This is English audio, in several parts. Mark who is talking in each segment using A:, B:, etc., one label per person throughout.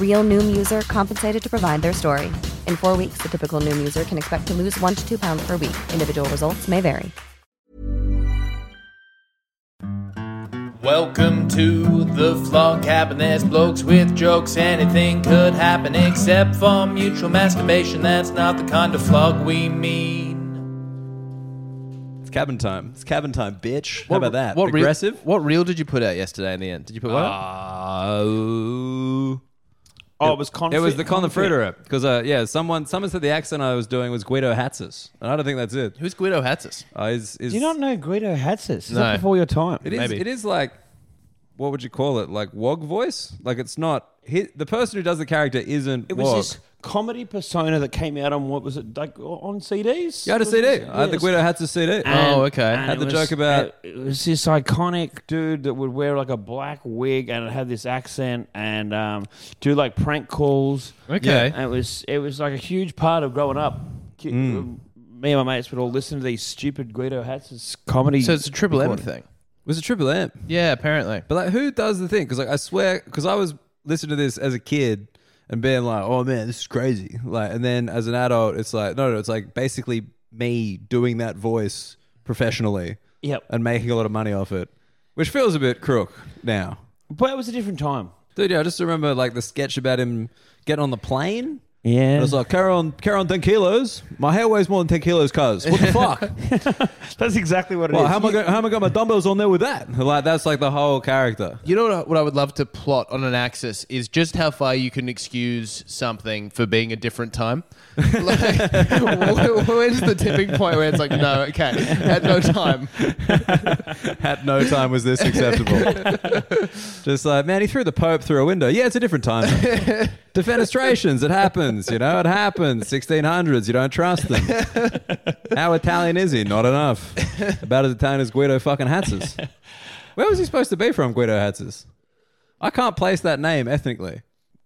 A: Real Noom user compensated to provide their story. In four weeks, the typical Noom user can expect to lose one to two pounds per week. Individual results may vary.
B: Welcome to the Flog Cabin. There's blokes with jokes. Anything could happen except for mutual masturbation. That's not the kind of flog we mean.
C: It's cabin time. It's cabin time, bitch. How
D: What-
C: about that?
D: What reel-
C: Aggressive?
D: what reel did you put out yesterday in the end? Did you put one out?
C: Uh,
E: Oh.
F: Oh, it was confit.
E: It was the Confederate because uh, yeah, someone someone said the accent I was doing was Guido Hatzis, and I don't think that's it.
D: Who's Guido Hatzis?
E: Uh, is, is,
F: Do you not know Guido Hatzis? Is
D: No.
F: that before your time?
E: It is. It is like, what would you call it? Like wog voice? Like it's not. He, the person who does the character isn't.
F: It was
E: Wog.
F: this comedy persona that came out on what was it like on CDs?
E: You had a
F: Was
E: CD.
F: it-
E: I had the
F: yes.
E: Guido Hatzis CD.
D: Oh, okay.
F: and
E: Had
F: it
E: the
F: was-
E: joke about-
F: it, it was this iconic dude that would wear like a black wig and it had this accent and um, do like prank calls.
D: Okay.
F: And it was it was like a huge part of growing up. Ki- Me and my mates would all listen to these stupid Guido Hatzis comedy.
D: So it's a triple M thing.
E: It was a triple M.
D: Yeah, apparently.
E: But like, who does the thing? Because like, I swear, because I was listening to this as a kid and being like, "Oh man, this is crazy!" Like, and then as an adult, it's like, no, no, it's like basically me doing that voice professionally
F: Yep.
E: and making a lot of money off it, which feels a bit crook now.
F: but it was a different time.
E: Dude, yeah, I just remember like the sketch about him getting on the plane.
F: Yeah.
E: It was like, carry on, carry on 10 kilos. My hair weighs more than 10 kilos, cuz. What the fuck?
F: That's exactly what it is.
E: well, how, am I gonna, how am I got my dumbbells on there with that? Like, that's like the whole character.
D: You know what I, what I would love to plot on an axis is just how far you can excuse something for being a different time. Like, wh- where's the tipping point where it's like, no, okay, at no time.
E: At no time was this acceptable. Just like, man, he threw the Pope through a window. Yeah, it's a different time. Defenestrations, it happens. You know, it happens. 1600s, you don't trust them. How Italian is he? Not enough. About as Italian as Guido fucking Hatzis. Where was he supposed to be from, Guido Hatzis? I can't place that name ethnically.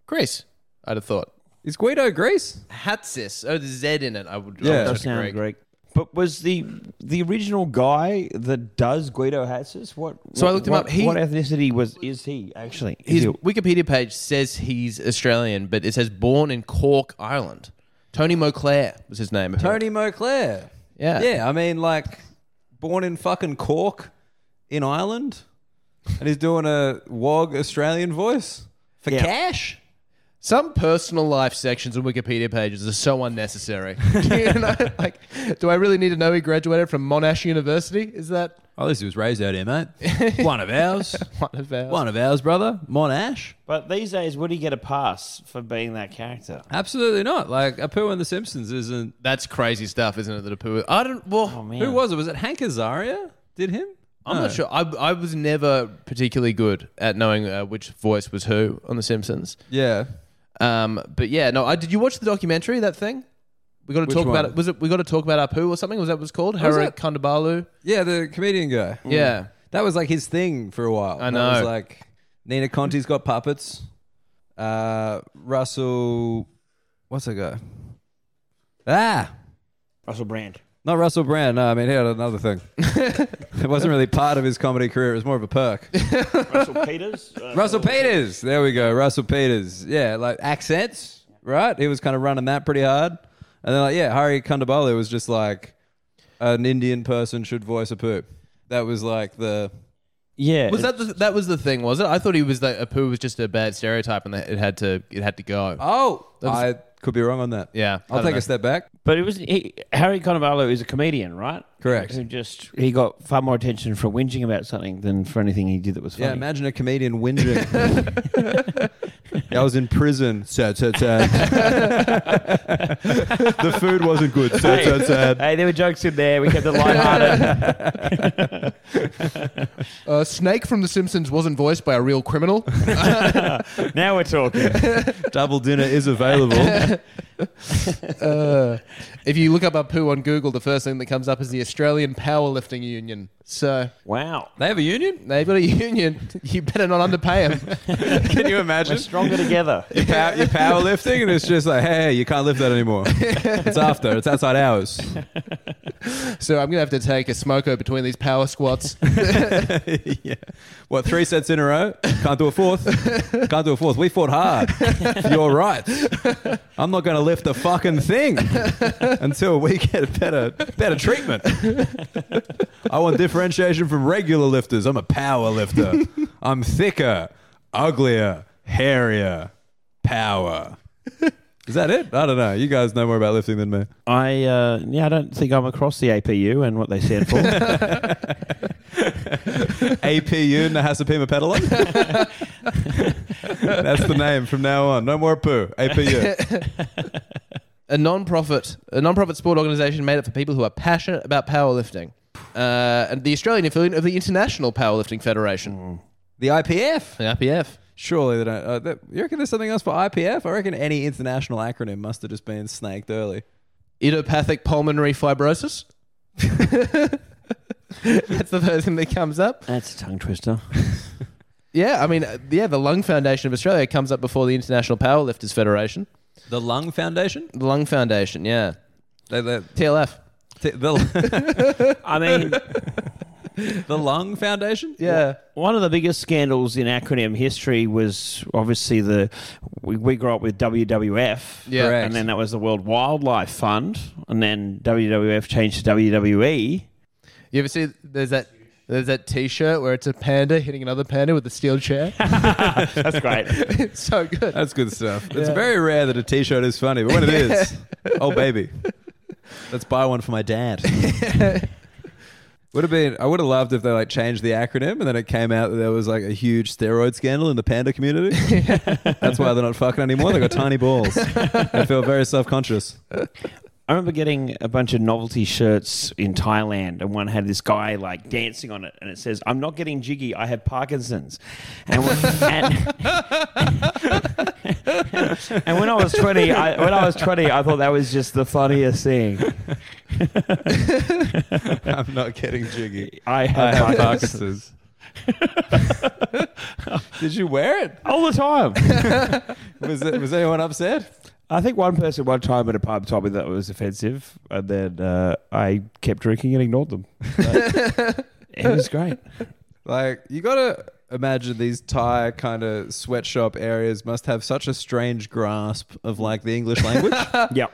D: Greece, I'd have thought.
E: Is Guido Greece?
D: Hatsis. Oh, the Z in it. I would.
E: Yeah.
D: Yeah,
E: That
D: I would
F: does sound
D: agree.
F: Greek. But was the the original guy that does Guido Hatzis? What?
D: So I
F: what-
D: looked him
F: what-
D: up. He-
F: what ethnicity was is he actually?
D: His
F: Is he,
D: Wikipedia page says he's Australian, but it says born in Cork, Ireland. Tony Moclair was his name.
E: Tony Moclair.
D: Yeah.
E: Yeah, I mean, like, born in fucking Cork in Ireland, and he's doing a WOG Australian voice for
F: Yeah.
E: cash.
D: Some personal life sections on Wikipedia pages are so unnecessary. you know, like, do I really need to know he graduated from Monash University? Is that
E: Oh, this was raised out here, mate. One of ours.
D: one of our?
E: One of ours, brother. Monash.
F: but these days, would he get a pass for being that character?
E: Absolutely not. Like, Apu and the Simpsons isn't.
D: That's crazy stuff, isn't it? That Apu. I don't. Well,
F: man.
E: Who was it? Was it Hank Azaria? Did him?
D: I'm
E: No.
D: not sure. I, I was never particularly good at knowing uh, which voice was who on The Simpsons.
E: Yeah.
D: Um, but yeah, no. I did. You watch the documentary? That thing. We got to
E: Which
D: talk about
E: one?
D: it. Was it? We got to talk about Apu or something? Was that what it was called? Haru
E: it?
D: Kandabalu.
E: Yeah, the comedian guy.
D: Yeah.
E: That was like his thing for a while.
D: I
E: That was
D: know.
E: like Nina Conti's got puppets. Uh, Russell, what's that guy? Ah,
F: Russell Brand.
E: Not Russell Brand. No, I mean, he had another thing. it wasn't really part of his comedy career. It was more of a perk.
F: Russell Peters. Uh,
E: Russell Peters. There we go. Russell Peters. Yeah, like accents, right? He was kind of running that pretty hard. And then, like, yeah, Hari Kondabolu was just like an Indian person should voice a poop. That was like the.
F: Yeah.
D: Was that the, that was the thing? Was it? I thought he was that Apu was just a bad stereotype, and that it had to it had to go.
E: Oh, I could be wrong on that.
D: Yeah, I
E: I'll
D: don't
E: take
D: know.
E: a step back.
F: But it was he, Harry Cannavale is a comedian, right?
E: Correct.
F: Who just he got far more attention for whinging about something than for anything he did that was funny.
E: Yeah, imagine a comedian whinging. I was in prison. Sad, sad, sad. the food wasn't good. Sad, sad, sad.
F: Hey, there were jokes in there. We kept it lighthearted.
D: Uh, Snake from The Simpsons wasn't voiced by a real criminal.
F: now we're talking.
E: Double dinner is available.
D: Uh, if you look up Apu on Google, the first thing that comes up is the Australian Powerlifting Union. So
F: Wow.
E: they have a union?
D: they've got a union. You better not underpay them.
E: Can you imagine?
F: We're stronger together.
E: You're, pow- you're powerlifting, and it's just like, hey, you can't lift that anymore. It's after. It's outside hours.
D: so I'm gonna have to take a smoko between these power squats.
E: yeah. What three sets in a row? Can't do a fourth. Can't do a fourth. We fought hard. You're right. I'm not going to lift a fucking thing until we get better better treatment. I want differentiation from regular lifters. I'm a power lifter. I'm thicker, uglier, hairier. Power. Is that it? I don't know. You guys know more about lifting than me.
F: I uh, yeah, I don't think I'm across the APU and what they stand for.
E: APU Nahasapima Pedalon. That's the name from now on. No more poo. APU.
D: a non-profit, a non-profit sport organisation made up for people who are passionate about powerlifting, uh, and the Australian affiliate of the International Powerlifting Federation,
E: The IPF.
D: the IPF.
E: Surely they don't. Uh, that, you reckon there's something else for IPF? I reckon any international acronym must have just been snaked early.
D: Idiopathic pulmonary fibrosis. That's the first thing that comes up.
F: That's a tongue twister.
D: Yeah, I mean, uh, yeah, the Lung Foundation of Australia comes up before the International Powerlifters Federation.
E: The Lung Foundation.
D: The Lung Foundation, yeah.
E: They, they,
D: TLF.
E: t- the,
F: I mean,
E: the Lung Foundation.
D: Yeah.
F: one of the biggest scandals in acronym history was obviously the we, we grew up with WWF,
D: Yeah. Correct.
F: and then that was the World Wildlife Fund, and then WWF changed to E. WWE.
D: You ever see there's that there's that T-shirt where it's a panda hitting another panda with a steel chair?
F: That's great.
D: it's so good.
E: That's good stuff. It's very rare that a T-shirt is funny, but when it is, oh baby, let's buy one for my dad. would have been. I would have loved if they like changed the acronym, and then it came out that there was like a huge steroid scandal in the panda community. That's why they're not fucking anymore. They got tiny balls. They feel very self-conscious.
F: I remember getting a bunch of novelty shirts in Thailand, and one had this guy like dancing on it, and it says, "I'm not getting jiggy. I have Parkinson's." And when, and, and when I was twenty, I, when I was twenty, I thought that was just the funniest thing.
E: I'm not getting jiggy.
F: I
E: I
F: have,
E: have
F: Parkinson's.
E: Parkinson's. Did you wear it?
F: all the time.
E: Was it, was anyone upset?
F: I think one person one time at a pub told me that it was offensive, and then uh, I kept drinking and ignored them. But it was great.
E: Like you gotta imagine these Thai kind of sweatshop areas must have such a strange grasp of like the English language.
F: Yeah.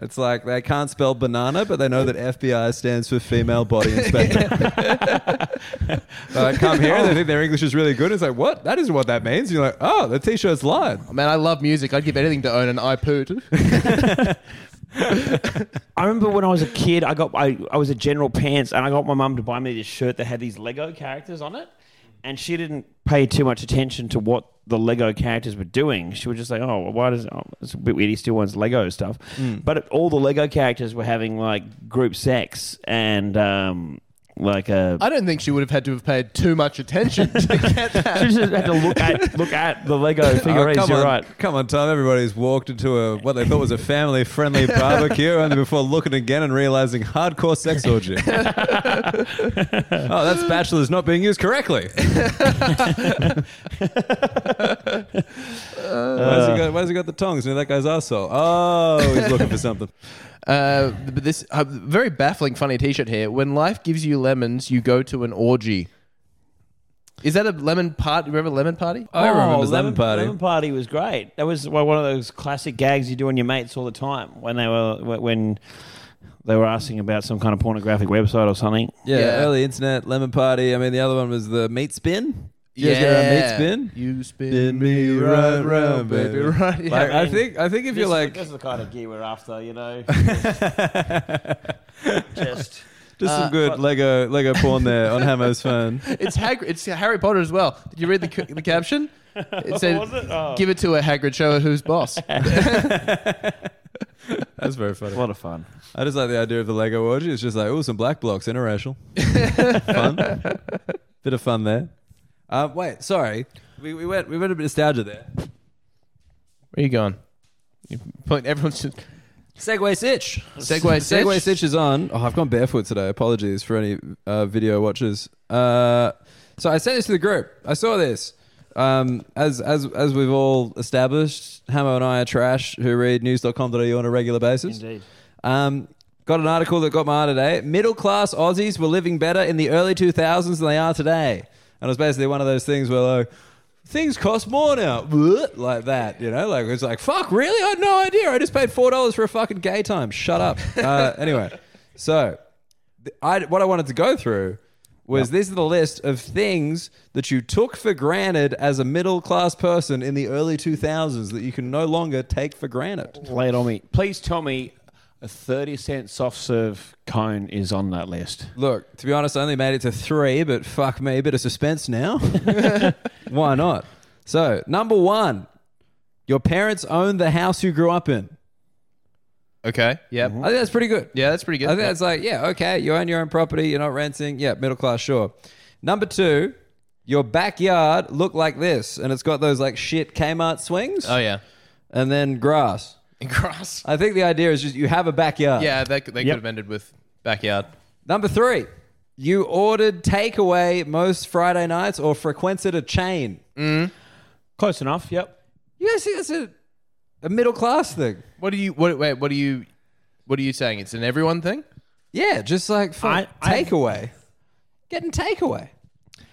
E: it's like they can't spell banana, but they know that FBI stands for female body inspector. Like, come here, and they think their English is really good. It's like what? That isn't what that means. you're like, oh, the t-shirt's lied.
D: Man, I love music. I'd give anything to own an iPoot.
F: I remember when I was a kid, I got I, I was a general pants, and I got my mum to buy me this shirt that had these Lego characters on it, and she didn't pay too much attention to what the Lego characters were doing. She was just like, "Oh, well, why does oh, it's a bit weird? He still wants Lego stuff." But it, all the Lego characters were having like group sex and um, like a.
D: I don't think she would have had to have paid too much attention to get
F: she
D: that.
F: just had to look at look at the Lego figurines.
E: Oh, come
F: you're
E: on,
F: right.
E: come on, Tom. Everybody's walked into a what they thought was a family-friendly barbecue, only before looking again and realizing hardcore sex orgy. oh, that's bachelor's not being used correctly. why's, he got, why's he got the tongs near that guy's asshole? Oh, he's looking for something.
D: Uh, but this uh, very baffling, funny T-shirt here. When life gives you lemons, you go to an orgy. Is that a lemon party? Remember lemon party?
E: I remember Lemon, Party.
F: Oh, Lemon Party was great. That was well, one of those classic gags you do on your mates all the time when they were wh- when they were asking about some kind of pornographic website or something.
E: yeah,
D: Yeah.
E: early internet, Lemon Party. I mean, the other one was the meat spin. You guys get around meat spin?
D: You spin,
E: Spin me right round, baby.
D: Right.
E: Like,
D: Yeah.
E: I think I think if you're like
F: this is the kind of gear we're after, you know. Just
E: just
F: Uh,
E: some good Lego Lego porn there on Hammer's phone.
D: it's Hagrid. It's Harry Potter as well. Did you read the, c- the caption? It said,
F: was it? Oh.
D: "Give it to a Hagrid. Show her who's boss."
E: That's very funny.
F: a lot of fun.
E: I just like the idea of the Lego orgy. It's just like, oh, some black blocks, interracial. fun. Bit of fun there. Uh, wait, sorry. We, we went we went a bit nostalgia there.
D: Where you going? You point. Everyone's just
E: Segway Sitch.
D: Segway. Sitch.
E: Segway Sitch is on. Oh, I've gone barefoot today. Apologies for any uh, video watchers. Uh, so I sent this to the group. I saw this. Um, as as as we've all established, Hammer and I are trash who read news.com.au on a regular basis.
F: Indeed.
E: Um, got an article that got my eye today. Middle class Aussies were living better in the early 2000s than they are today. And it was basically one of those things where, like, things cost more now. Bleh, Like that, you know? Like, it's like, fuck, really? I had no idea. I just paid $4 for a fucking gay time. Shut up. Uh, anyway, so th- I, what I wanted to go through was this is the list of things that you took for granted as a middle class person in the early 2000s that you can no longer take for granted.
F: Lay it on me. Please tell me a thirty cent soft serve cone is on that list.
E: Look, to be honest, I only made it to three, but fuck me, bit of suspense now. Why not? So, number one, your parents own the house you grew up in.
D: Okay. Yeah.
E: I think that's pretty good.
D: Yeah, that's pretty good.
E: I think
D: Yeah.
E: that's like, yeah, okay, you own your own property, you're not renting. Yeah, middle class, sure. Number two, your backyard looked like this, and it's got those like shit Kmart swings
D: Oh yeah.
E: and then grass.
D: And grass.
E: I think the idea is just you have a backyard.
D: Yeah, that could- they could have ended with backyard.
E: Number three, you ordered takeaway most Friday nights or frequented a chain.
F: Close enough. Yep.
E: You guys see that's a, a middle class thing.
D: What do you? What? Wait. What are you? What are you saying? It's an everyone thing.
E: Yeah, just like fuck,
F: I- I-
E: takeaway. Getting takeaway.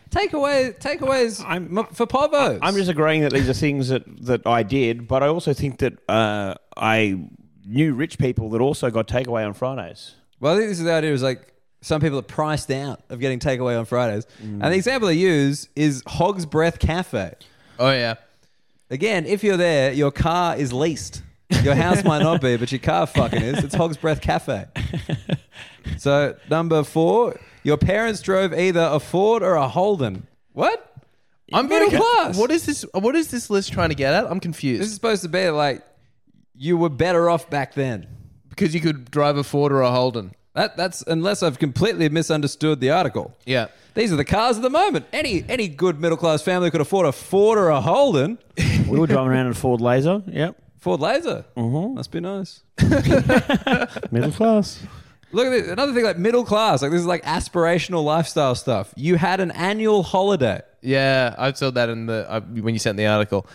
E: Takeaway takeaways
F: I'm-
E: m- for povos.
F: I'm just agreeing that these are things that, that I did, but I also think that uh, I knew rich people that also got takeaway on Fridays.
E: Well, I think this is the idea is like some people are priced out of getting takeaway on Fridays.
F: Mm.
E: And the example they use is Hog's Breath Cafe.
D: Oh yeah.
E: Again, if you're there, your car is leased. Your house might not be, but your car fucking is. It's Hog's Breath Cafe. So, number four, your parents drove either a Ford or a Holden. What?
D: I'm
E: middle
D: very-
E: class.
D: What is this? What is this list trying to get at? I'm confused.
E: This is supposed to be like you were better off back then.
D: because you could drive a Ford or a Holden.
E: That, that's unless I've completely misunderstood the article.
D: Yeah.
E: These are the cars of the moment. Any any good middle class family could afford a Ford or a Holden.
F: We were driving around in a Ford Laser. Yep.
E: Ford Laser. Mm-hmm. Must be nice.
F: Middle class.
E: Look at this. Another thing like middle class. Like this is like aspirational lifestyle stuff. You had an annual holiday.
D: Yeah, I saw that in the uh, when you sent the article.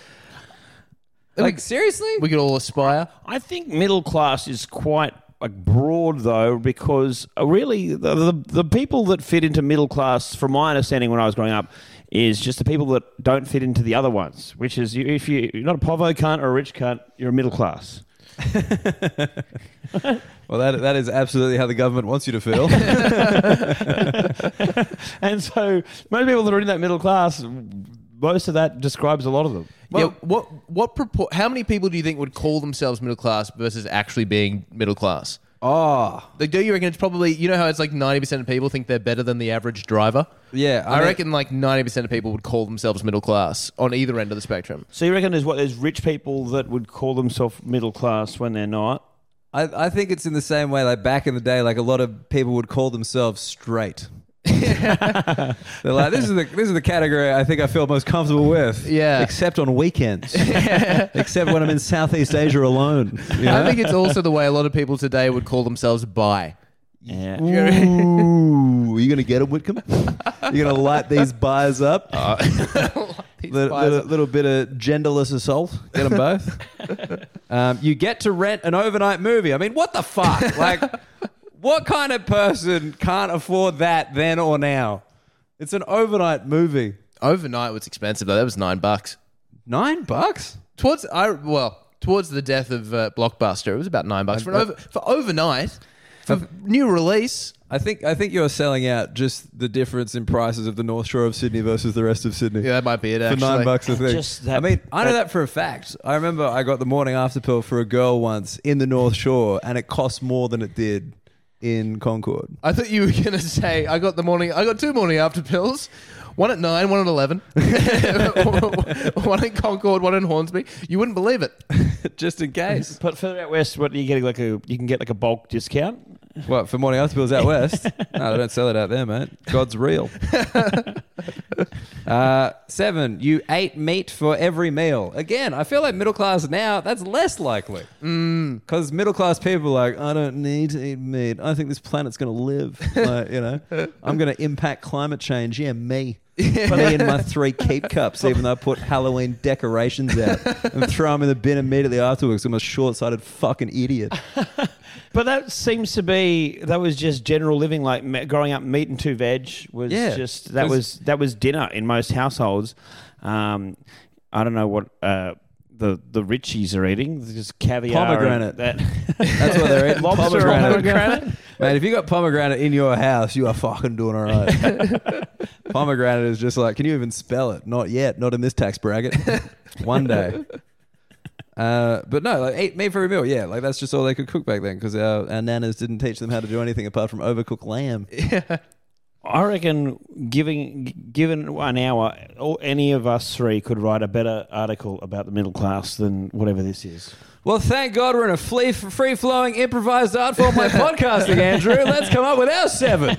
E: Like seriously?
D: We could all aspire.
F: I think middle class is quite like broad though, because uh, really the, the the people that fit into middle class, from my understanding when I was growing up, is just the people that don't fit into the other ones. Which is you, if you, you're not a povo cunt or a rich cunt, you're a middle class.
E: Well, that that is absolutely how the government wants you to feel.
F: And so most people that are in that middle class, most of that describes a lot of them.
D: yeah, what what propor- How many people do you think would call themselves middle class versus actually being middle class?
E: oh,
D: Like, do you reckon it's probably you know how it's like ninety percent of people think they're better than the average driver?
E: yeah.
D: I,
E: mean-
D: reckon like ninety percent of people would call themselves middle class on either end of the spectrum.
F: So you reckon there's what there's rich people that would call themselves middle class when they're not?
E: I, I think it's in the same way like back in the day, like a lot of people would call themselves straight. They're like, this is the this is the category I think I feel most comfortable with.
D: Yeah.
E: Except on weekends. except when I'm in Southeast Asia alone. you know?
D: I think it's also the way a lot of people today would call themselves bi.
F: Yeah.
E: Ooh, are you gonna get them, Whitcomb? You're gonna light these buys up.
D: Uh,
E: little,
D: buys
E: little,
D: up.
E: little bit of genderless assault. Get them both. Um, you get to rent an overnight movie. I mean, what the fuck? like, what kind of person can't afford that then or now? It's an overnight movie.
D: Overnight was expensive though. That was nine bucks.
E: Nine bucks?
D: Towards I well towards the death of uh, Blockbuster, it was about nine bucks for an over, for overnight for new release.
E: I think I think you're selling out just the difference in prices of the North Shore of Sydney versus the rest of Sydney.
D: Yeah, that might be it.
E: for
D: Actually,
E: nine bucks a thing.
F: just that-
E: I mean, I know
F: that-
E: that for a fact. I remember I got the morning after pill for a girl once in the North Shore, and it cost more than it did in Concord.
D: I thought you were gonna say I got the morning. I got two morning after pills. One at nine, one at eleven, one in Concord, one in Hornsby. You wouldn't believe it.
E: just in case.
F: But further out west, what are you getting? Like a you can get like a bulk discount.
E: what for morning after pills out west? no, they don't sell it out there, mate. God's real. uh, seven. You ate meat for every meal. Again, I feel like middle class now. That's less likely because middle class people are like I don't need to eat meat. I think this planet's going to live. Like, you know, I'm going to impact climate change. Yeah, me. me and my three keep cups, even though I put Halloween decorations out and throw them in the bin immediately afterwards. I'm a short sighted fucking idiot.
F: But that seems to be that was just general living. Like me- growing up, meat and two veg was
E: Yeah.
F: just that was that was dinner in most households. Um, I don't know what uh, the the Richies are eating. There's Just caviar,
E: Pomegranate.
F: and That
E: That's what they're eating.
F: lobster,
E: Pomegranate.
F: pomegranate.
E: Man, if you got pomegranate in your house, you are fucking doing all right. pomegranate is just like, can you even spell it? Not yet. Not in this tax bracket. One day. Uh, but no, like eat meat for a meal. Yeah, like that's just all they could cook back then because our, our nanas didn't teach them how to do anything apart from overcook lamb.
F: I reckon, giving g- given an hour, all, any of us three could write a better article about the middle class than whatever this is.
E: Well, thank God we're in a free flowing improvised art form like podcasting, Andrew. Let's come up with our seven.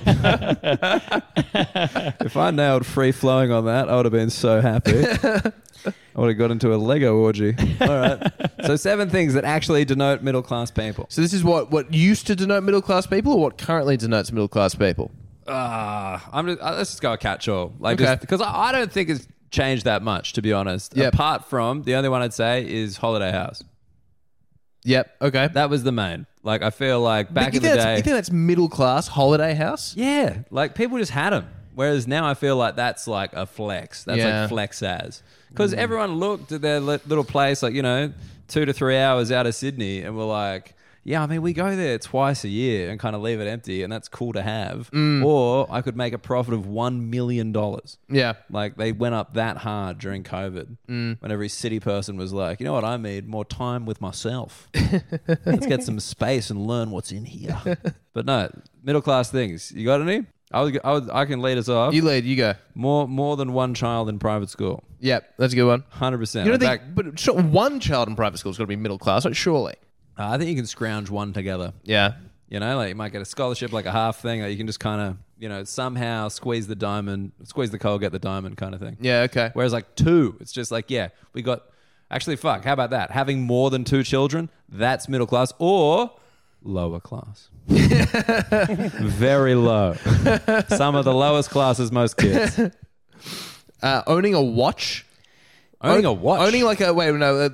E: if I nailed free flowing on that, I would have been so happy. I would have got into a Lego orgy. All right. So, seven things that actually denote middle class people.
D: So this is what what used to denote middle class people, or what currently denotes middle class people.
E: Uh, I'm just, uh, let's just go a catch all. Like,
D: Okay.
E: just because I, I don't think it's changed that much, to be honest.
D: Yep.
E: Apart from the only one I'd say is Holiday House.
D: Yep. Okay.
E: That was the main. Like, I feel like back
D: you
E: in the
D: think that's-
E: day.
D: you think that's middle class holiday house?
E: Yeah, like people just had them. Whereas now I feel like that's like a flex. That's
D: Yeah.
E: like flex as because everyone looked at their li- little place, like you know, two to three hours out of Sydney, and were like, "Yeah, I mean, we go there twice a year and kind of leave it empty, and that's cool to have." Or I could make a profit of one million dollars.
D: Yeah.
E: Like they went up that hard during COVID
D: Mm.
E: when every city person was like, you know what I need? More time with myself. Let's get some space and learn what's in here. but no, middle class things. You got any? I was, I was, I can lead us off.
D: You lead. You go.
E: more, more than one child in private school.
D: Yep. That's a good one.
E: Hundred percent.
D: You know,
E: I,
D: they,
E: back-
D: but sure, one child in private school is going to be middle class, right? Surely.
E: uh, I think you can scrounge one together.
D: Yeah.
E: You know, like you might get a scholarship, like a half thing that you can just kind of, you know, somehow squeeze the diamond, squeeze the coal, get the diamond, kind of thing.
D: Yeah. Okay.
E: Whereas like two, it's just like, yeah, we got actually fuck, how about that? Having more than two children, that's middle class or lower class. Very low. Some of the lowest classes most kids.
D: Uh, owning a watch.
E: Owning a
D: Own-
E: watch.
D: Owning like a wait no, uh,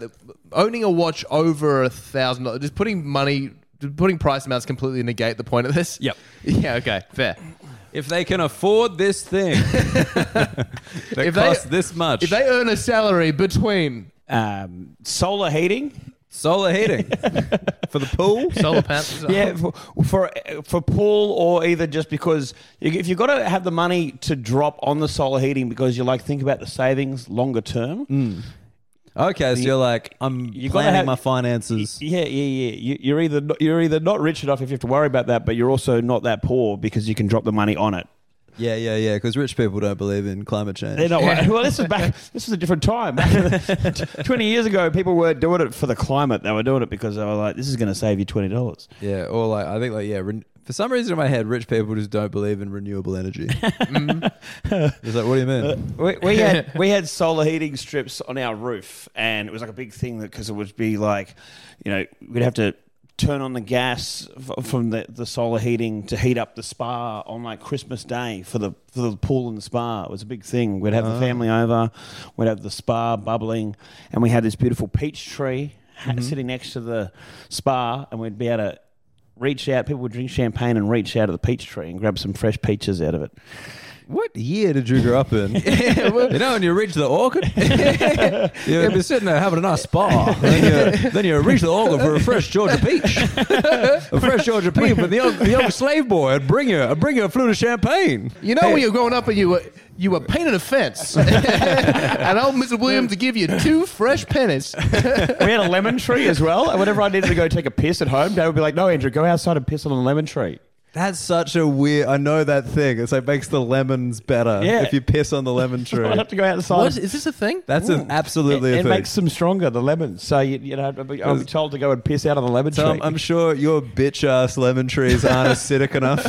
D: owning a watch over a thousand dollars. Just putting money, just putting price amounts completely negate the point of this.
E: Yep.
D: Yeah. Okay. Fair.
E: if they can afford this thing that
D: If they-
E: costs this much.
D: If they earn a salary between
F: Um, solar heating.
E: solar heating. For the pool?
D: solar panels,
F: Yeah, for, for for pool or either just because you- if you've got to have the money to drop on the solar heating because you like think about the savings longer term.
E: Okay, so you're like, I'm
F: You gotta
E: planning
F: have-
E: my finances.
F: Yeah, yeah, yeah. You, you're either not, you're either not rich enough if you have to worry about that, but you're also not that poor because you can drop the money on it.
E: Yeah, yeah, yeah. Because rich people don't believe in climate change.
F: They're not. Well, this is back. This is a different time. Back in the- Twenty years ago, people were doing it for the climate. They were doing it because they were like, "This is going to save you twenty dollars."
E: Yeah, or like I think like yeah, ren- for some reason in my head, rich people just don't believe in renewable energy. it's
F: Mm.
E: like, what do you mean?
F: We, we had we had solar heating strips on our roof, and it was like a big thing because it would be like, you know, we'd have to turn on the gas f- from the, the solar heating to heat up the spa on like Christmas Day for the for the pool and the spa. It was a big thing. We'd have the family over, we'd have the spa bubbling, and we had this beautiful peach tree. ha- sitting next to the spa, and we'd be able to reach out. People would drink champagne and reach out of the peach tree and grab some fresh peaches out of it.
E: What year did you grow up in? you know, when you reach the orchid, you're, you're sitting there having a nice spa. Then you, then you reach the orchid for a fresh Georgia peach. a fresh Georgia peach, but the young, the young slave boy would bring you, bring you a flute of champagne.
D: You know, when you were growing up and you were you were painting a fence, and old Mr. Williams would give you two fresh pennies.
F: We had a lemon tree as well, and whenever I needed to go take a piss at home, Dad would be like, "No, Andrew, go outside and piss on the lemon tree."
E: That's such a weird. I know that thing. It's like makes the lemons better
F: Yeah.
E: if you piss on the lemon tree.
F: I'd have to go outside.
D: What is this a thing?
E: That's an, absolutely
F: it,
E: a
F: it
E: thing.
F: makes them stronger, the lemons. So you, you know, I'd be, I'd be told to go and piss out on the lemon
E: Tom,
F: tree.
E: I'm sure your bitch ass lemon trees aren't acidic enough.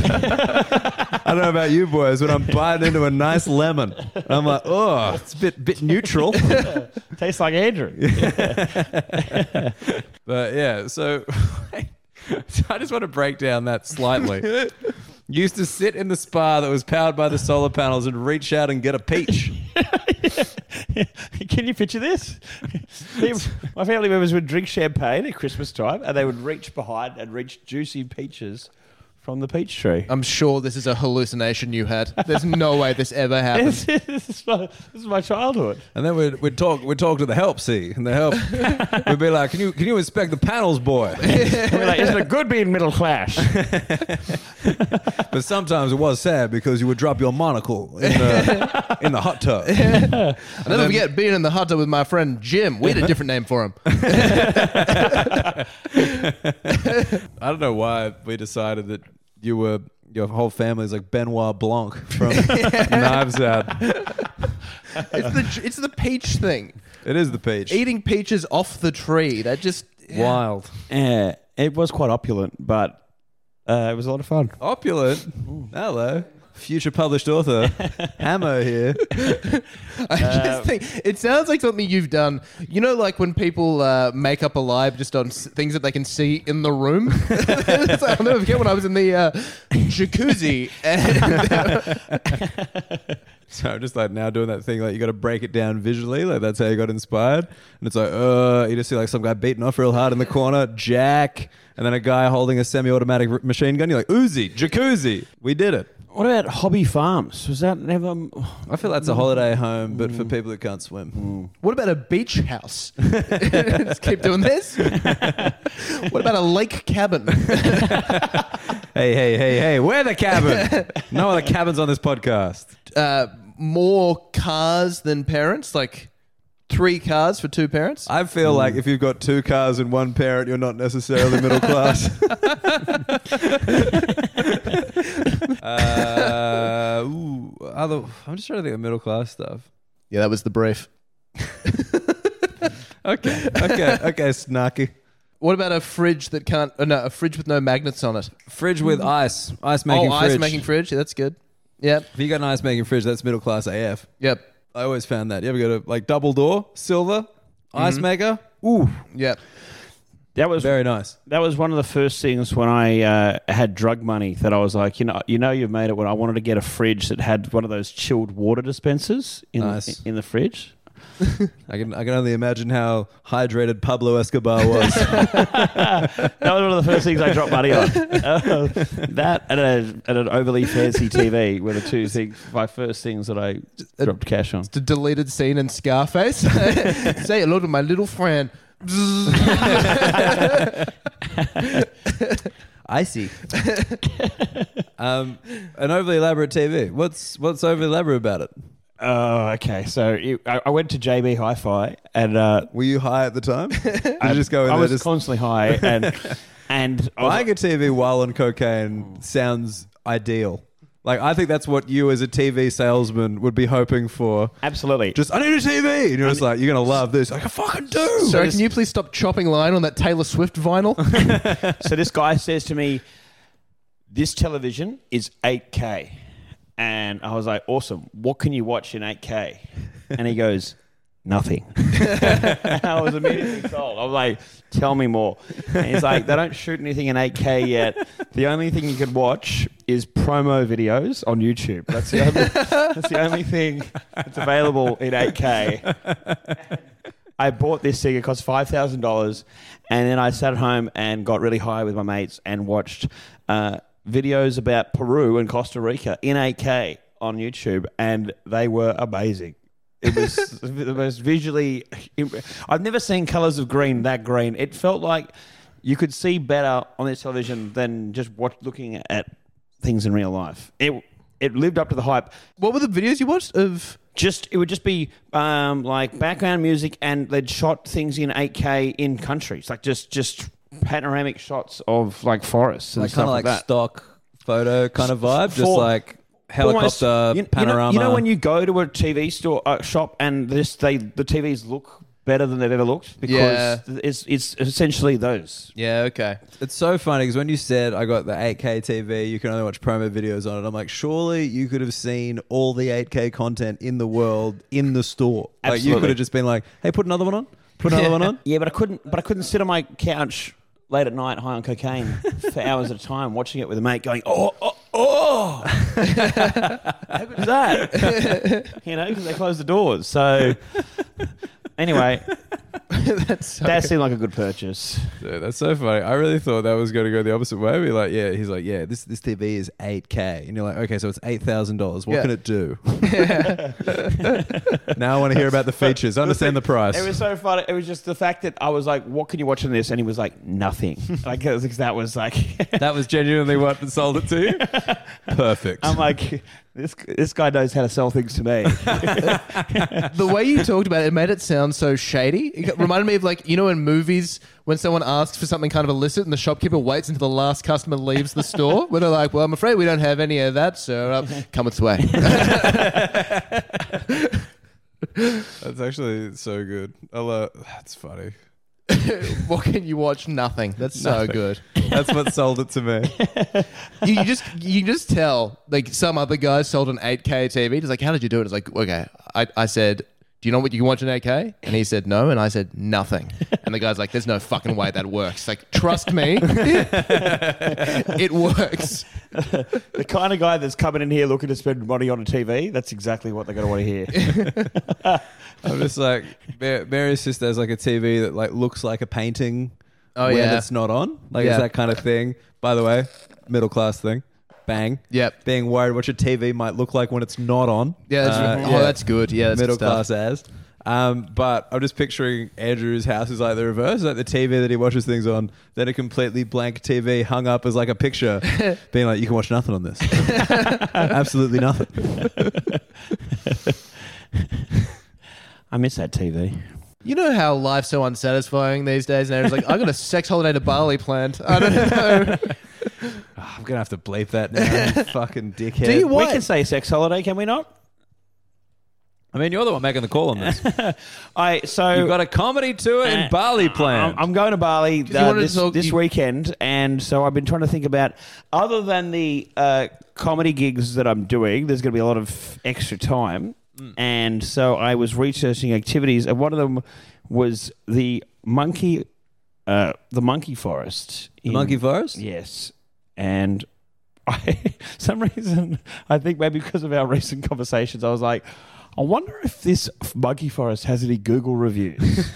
E: I don't know about you boys, but I'm biting into a nice lemon. I'm like, oh, it's a bit bit neutral.
F: Tastes like Andrew.
E: But yeah, so, so I just want to break down that slightly. Used to sit in the spa that was powered by the solar panels and reach out and get a peach.
F: Can you picture this? They- My family members would drink champagne at Christmas time, and they would reach behind and reach juicy peaches from the peach tree.
D: I'm sure this is a hallucination you had. There's no way this ever happened.
F: this, is my, this is my childhood.
E: And then we'd, we'd talk we'd talk to the helpsy, and the help would be like, "Can you can you inspect the panels, boy?"
F: I mean, like, isn't it good being middle class?
E: But sometimes it was sad because you would drop your monocle in the, in the hot tub.
D: I'll never forget being in the hot tub with my friend Jim. We had a different name for him.
E: I don't know why we decided that you were your whole family is like Benoit Blanc from Knives Out.
D: It's the, it's the peach thing.
E: It is the peach.
D: Eating peaches off the tree. That just.
E: Wild,
F: yeah, it was quite opulent, but uh, it was a lot of fun.
E: opulent. Hello, future published author Hammer here.
D: I just think it sounds like something you've done. You know, like when people uh, make up a lie just on s- things that they can see in the room. It's like, I'll never forget when I was in the uh, jacuzzi and
E: So I'm just like now doing that thing like you got to break it down visually. Like that's how you got inspired. And it's like, uh, you just see like some guy beating off real hard in the corner, Jack, and then a guy holding a semi-automatic r- machine gun. You're like, Uzi, jacuzzi. We did it.
F: What about hobby farms? Was that never?
E: I feel that's a holiday home, but for people who can't swim.
D: what about a beach house? just keep doing this. what about a lake cabin?
E: Hey, hey, hey, hey, we're the cabin. no other cabins on this podcast.
D: Uh, more cars than parents? Like three cars for two parents?
E: I feel like if you've got two cars and one parent, you're not necessarily middle class. uh, ooh, other, I'm just trying to think of middle class stuff.
D: Yeah, that was the brief.
E: Okay, okay, okay, snarky.
D: What about a fridge that can't? Oh no, a fridge with no magnets on it.
E: Fridge with ice. Ice making
D: Hmm. oh,
E: fridge.
D: ice making fridge. Yeah, that's good. Yep.
E: if you got an ice making fridge, that's middle class AF.
D: Yep.
E: I always found that. You ever go to like double door, silver,
D: Mm-hmm.
E: ice maker? Ooh,
D: Yep.
F: That was
E: very nice.
F: that was one of the first things when I uh, had drug money that I was like, you know, you know, you've made it when I wanted to get a fridge that had one of those chilled water dispensers in
E: Nice.
F: in the fridge.
E: I can I can only imagine how hydrated Pablo Escobar was.
F: That was one of the first things I dropped money on. Uh, that and, a, and an overly fancy TV were the two things, my first things that I dropped cash on.
D: The deleted scene in Scarface. Say hello to my little friend.
E: I see. um, an overly elaborate TV. What's what's overly elaborate about it?
F: Oh, okay. So it, I, I went to JB Hi-Fi and uh,
E: Were you high at the time? Did you just go in
F: I
E: there
F: was
E: just
F: constantly high and and I was,
E: buying a TV while on cocaine sounds ideal. Like I think that's what you as a TV salesman would be hoping for.
F: absolutely
E: Just I need a TV, and you're just like you're gonna love this. Like I fucking do.
D: Sorry, can you please stop chopping line on that Taylor Swift vinyl?
F: So this guy says to me, "This television is 8K," and I was like, "Awesome! What can you watch in 8K?" And he goes, "Nothing." and I was immediately sold. I was like, "Tell me more." And he's like, "They don't shoot anything in 8K yet. The only thing you can watch is promo videos on YouTube. That's the only, that's the only thing that's available in 8K." I bought this thing. It cost five thousand dollars, and then I sat at home and got really high with my mates and watched uh, videos about Peru and Costa Rica in 8K on YouTube, and they were amazing. It was the most visually. I've never seen colors of green that green. It felt like you could see better on this television than just watch, looking at things in real life. It it lived up to the hype
D: What were the videos you watched of?
F: just it would just be um, like background music and they'd shot things in 8k in countries like just just panoramic shots of like forests and
E: like kind
F: stuff
E: of like,
F: like, that
E: stock photo kind of vibe, just
F: For-
E: like helicopter
F: Almost- you- you know-
E: panorama.
F: you know, when you go to a tv store uh, shop and this they the tvs look better than they've ever looked
D: Yeah.
F: because it's it's essentially those
D: Yeah, okay.
E: It's so funny because when you said I got the 8K TV, you can only watch promo videos on it. I'm like, surely you could have seen all the 8K content in the world in the store. Like you
F: Absolutely.
E: could have just been like, hey, put another one on, put another one on.
F: yeah but i couldn't but i couldn't sit on my couch late at night high on cocaine for hours at a time watching it with a mate going oh oh oh how good is that you know because they closed the doors so anyway that seemed like a good purchase
E: Dude, that's so funny. I really thought that was going to go the opposite way. We're like, yeah, he's like, yeah, this this TV is 8K, and you're like, okay, so it's eight thousand dollars. What
D: Yeah.
E: can it do? now I want to hear about the features. Understand the price.
F: It was so funny. It was just the fact that I was like, "What can you watch on this?" And he was like, "Nothing." Like 'cause that was like,
E: that was genuinely what sold it to you. Perfect.
F: I'm like, this this guy knows how to sell things to me.
D: The way you talked about it, it made it sound so shady. It got- reminded me of like you know in movies when someone asks for something kind of illicit and the shopkeeper waits until the last customer leaves the store. Where they're like, "Well, I'm afraid we don't have any of that, so uh, come its way."
E: That's actually so good. I love, that's funny.
D: what can you watch? Nothing. That's so
E: Nothing.
D: good.
E: That's what sold it to me.
D: You, you just you just tell like some other guy sold an 8K TV. He's like, "How did you do it?" It's like, "Okay, I, I said." Do you know what you can watch in 8K? And he said no, and I said nothing. And the guy's like, "There's no fucking way that works." Like, trust me, it works.
F: the kind of guy that's coming in here looking to spend money on a TV. That's exactly what they're going to want to hear.
E: I'm just like Mar- Mary's sister has like a TV that like looks like a painting
D: Oh,
E: when
D: yeah.
E: it's not on. Like
D: Yeah.
E: it's that kind of thing. By the way, middle class thing. Bang.
D: Yep.
E: Being worried what your TV might look like when it's not on.
D: Yeah, that's,
E: Uh,
D: oh, that's good. Yeah, that's
E: middle
D: good stuff.
E: class as. Um, but I'm just picturing Andrew's house is like the reverse, like the TV that he watches things on, then a completely blank TV hung up as like a picture, being like, you can watch nothing on this, absolutely nothing.
F: I miss that TV.
D: You know how life's so unsatisfying these days, and it's like, I got a sex holiday to Bali planned. I don't know.
E: I'm gonna have to bleep that now, you fucking dickhead.
D: Do you want- What?
F: We can say sex holiday, can we not?
E: I mean, you're the one making the call on this.
F: I so
E: You've got a comedy tour in Bali planned.
F: uh, I'm, I'm going to Bali
D: you
F: uh,
D: wanted to
F: this,
D: talk-
F: this
D: you-
F: weekend, and so I've been trying to think about other than the uh, comedy gigs that I'm doing. There's going to be a lot of extra time, and so I was researching activities, and one of them was the monkey, uh, the monkey forest. in-
E: Monkey Forest.
F: Yes, and I, some reason I think maybe because of our recent conversations, I was like, I wonder if this f- monkey forest has any Google reviews.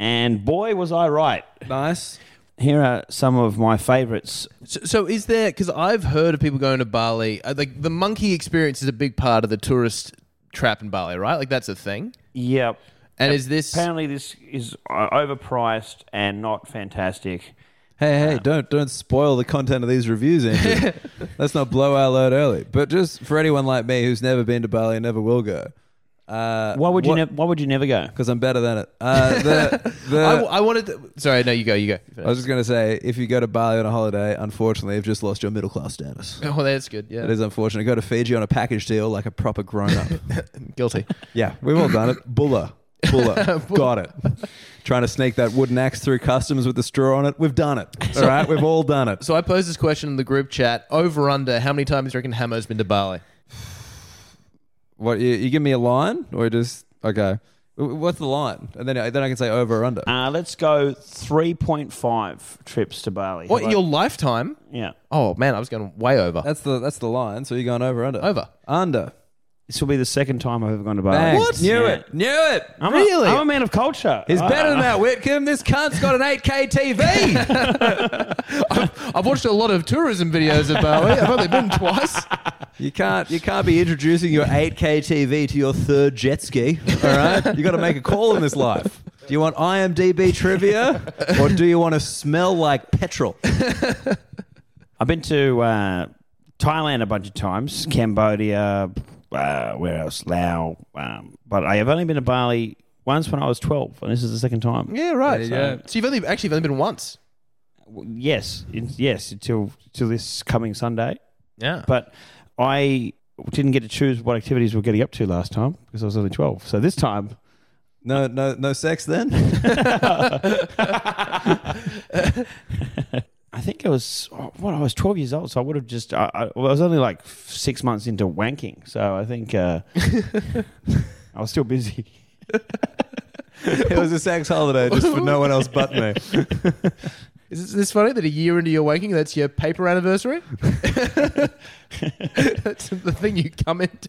F: and boy, was I right.
E: Nice.
F: Here are some of my favorites.
D: so, so is there, because I've heard of people going to Bali, uh, like the monkey experience is a big part of the tourist trap in Bali, right? Like, that's a thing.
F: Yep.
D: And is this.
F: Apparently, this is uh, overpriced and not fantastic.
E: Hey, hey, don't don't spoil the content of these reviews, Andrew. Let's not blow our load early. But just for anyone like me who's never been to Bali and never will go,
F: Why would you?
E: what-
F: nev- why would you never go?
E: because I'm better than it. Uh, the, the,
D: I,
E: I
D: w- I wanted. To, sorry, no, you go, you go.
E: was just gonna say, if you go to Bali on a holiday, unfortunately, you've just lost your middle class status.
D: Oh, that's good. Yeah.
E: It is unfortunate. Go to Fiji on a package deal like a proper grown up.
D: guilty.
E: yeah, we've all done it. Bulla. Bulla. Got it. Trying to sneak that wooden axe through customs with the straw on it. We've done it. All right, we've all done it.
D: so I posed this question in the group chat over under how many times do you reckon Hammo's been to Bali?
E: What you, you give me a line or just okay? W- What's the line? And then then I can say over or under.
F: Uh, let's go three point five trips to Bali.
D: What, in
F: Hello.
D: your lifetime?
F: yeah.
D: Oh, man, I was going way over.
E: That's the that's the line. So you're going over or under.
D: Over.
E: Under.
F: This will be the second time I've ever gone to Bali.
E: Bang. Knew
F: Yeah.
E: it. Knew it.
F: I'm
E: really?
F: A, Uh. I'm a man of culture.
E: He's
F: I-
E: better than
F: I-
E: that, Whitcomb. This cunt's got an 8K TV.
D: I've watched a lot of tourism videos of Bali. I've only been twice.
E: you can't. You can't be introducing your 8K TV to your third jet ski. All right. You got to make a call in this life. Do you want IMDb trivia, or do you want to smell like petrol?
F: I've been to uh, Thailand a bunch of times, Cambodia, uh, where else? Laos. Um, but I have only been to Bali once when I was 12, and this is the second time.
D: Yeah, right.
F: Yeah, so-
D: So you've only actually you've only been once.
F: Well, Yes, in, yes, until, until this coming Sunday.
D: Yeah.
F: But I didn't get to choose what activities we were getting up to last time because I was only 12. So this time,
E: No, no, no sex then.
F: I think it was what I was 12 years old, so I would have just I, I, well, I was only like six months into wanking, so I think uh, I was still busy.
E: It was a sex holiday just for no one else but me.
D: Is this, this funny that a year into your waking, that's your paper anniversary? that's the thing you come into.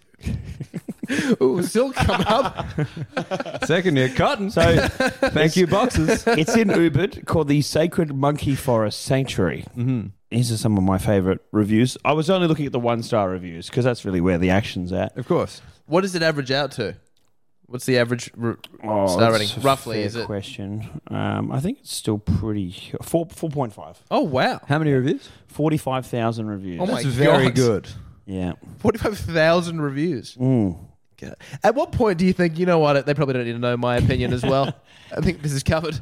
D: Ooh, still come up.
E: Second year cotton. So
F: So
E: thank you boxes.
F: it's in Ubud called the Sacred Monkey Forest Sanctuary. Mm-hmm. These are some of my favorite reviews. I was only looking at the one star reviews because that's really where the action's at.
E: Of course.
D: What does it average out to? What's the average r-
F: Oh,
D: star
F: that's
D: rating?
F: a
D: Roughly,
F: fair
D: is it?
F: question? Um, I think it's still pretty four four point five.
D: Oh, wow.
E: How many reviews?
F: Forty five thousand reviews.
D: Oh my
E: That's very
D: God.
E: good.
F: Yeah.
D: 45,000 reviews.
F: Mm.
D: God. At what point do you think, you know what, they probably don't need to know my opinion as well? I think this is covered.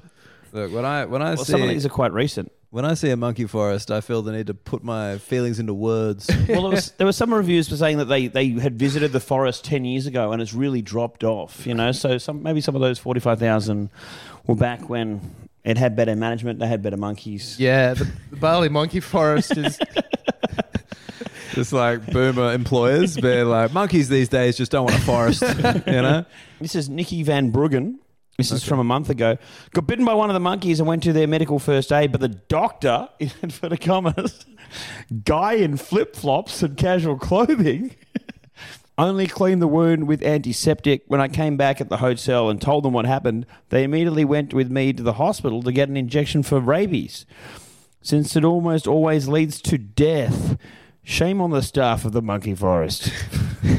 E: Look, when I when I
F: Well,
E: see
F: some of these are quite recent.
E: when I see a monkey forest, I feel the need to put my feelings into words.
F: Well, there, was, there were some reviews for saying that they, they had visited the forest 10 years ago and it's really dropped off, you know. So some maybe some of those 45,000 were back when it had better management, they had better monkeys.
D: Yeah, the, the Bali Monkey Forest is.
E: just like boomer employers, they're like monkeys these days just don't want a forest, you know.
F: This is Nikki Van Bruggen. This is from a month ago. Got bitten by one of the monkeys and went to their medical first aid, but the doctor, in inverted commas, guy in flip flops and casual clothing, only cleaned the wound with antiseptic. When I came back at the hotel and told them what happened, they immediately went with me to the hospital to get an injection for rabies, since it almost always leads to death. Shame on the staff of the monkey forest.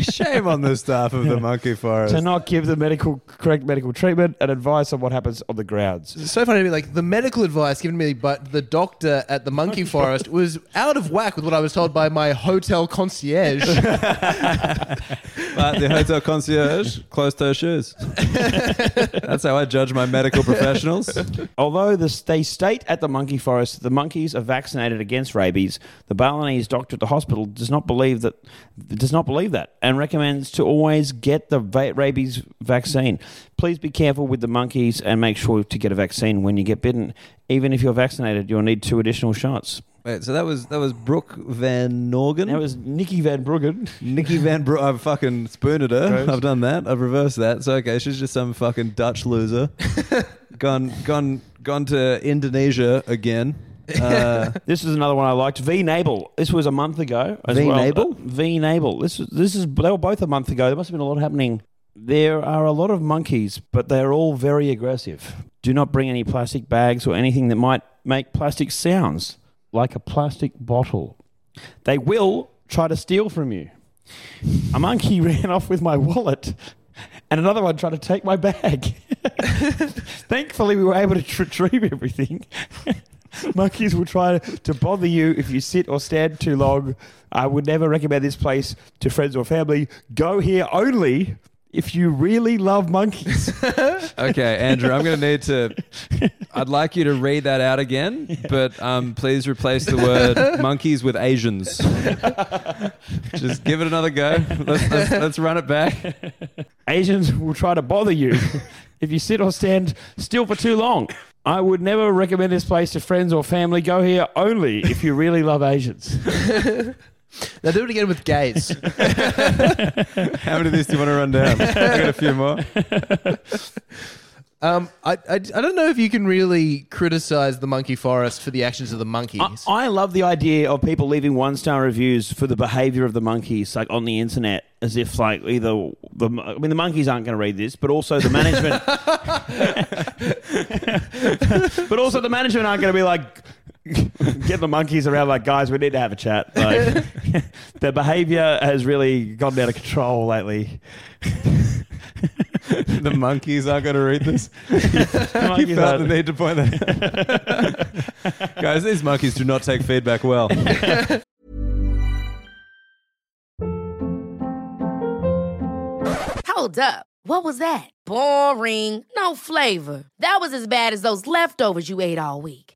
E: Shame on the staff of the monkey forest.
F: to not give the medical correct medical treatment and advice on what happens on the grounds.
D: It's so funny to be like the medical advice given to me by the doctor at the monkey forest was out of whack with what I was told by my hotel concierge.
E: Like the hotel concierge, close toe shoes. That's how I judge my medical professionals.
F: Although the, they state at the monkey forest that the monkeys are vaccinated against rabies, the Balinese doctor at the hospital does not believe that does not believe that and recommends to always get the va- rabies vaccine. Please be careful with the monkeys and make sure to get a vaccine when you get bitten. Even if you're vaccinated, you'll need two additional shots.
E: Wait, so that was that was Brooke Van Norgan.
F: That was Nikki Van Bruggen.
E: Nikki Van Bro. I've fucking spooned her. I've done that. I've reversed that. So okay, she's just some fucking Dutch loser. gone, gone, gone to Indonesia again. Uh,
F: This is another one I liked. V Nable. This was a month ago. as
E: V
F: well.
E: Nable?
F: Uh, V Nable. This was- this is they were both a month ago. There must have been a lot happening. There are a lot of monkeys, but they are all very aggressive. Do not bring any plastic bags or anything that might make plastic sounds, like a plastic bottle. They will try to steal from you. A monkey ran off with my wallet, and another one tried to take my bag. Thankfully, we were able to retrieve everything. Monkeys will try to bother you if you sit or stand too long. I would never recommend this place to friends or family. Go here only if you really love monkeys.
E: okay, Andrew, I'm gonna need to. I'd like you to read that out again, but um, please replace the word monkeys with Asians. just give it another go. Let's, let's, let's run it back.
F: Asians will try to bother you if you sit or stand still for too long. I would never recommend this place to friends or family. Go here only if you really love Asians.
D: now do it again with gays.
E: How many of these do you want to run down? I got a few more.
D: Um, I, I, I don't know if you can really criticize the monkey forest for the actions of the monkeys.
F: I,
G: Uh,
F: I love the idea of people leaving one star reviews for the behavior of the monkeys, like on the internet, as if like either the I mean the monkeys aren't going to read this, but also the management, but also the management aren't going to be like get the monkeys around like guys, we need to have a chat. Like their behavior has really gotten out of control lately.
E: the monkeys aren't going to read this.
F: The
E: You
F: monkeys
E: felt the
F: are-
E: need to point that out. Guys, these monkeys do not take feedback well.
H: Hold up. What was that? Boring. No flavor. That was as bad as those leftovers you ate all week.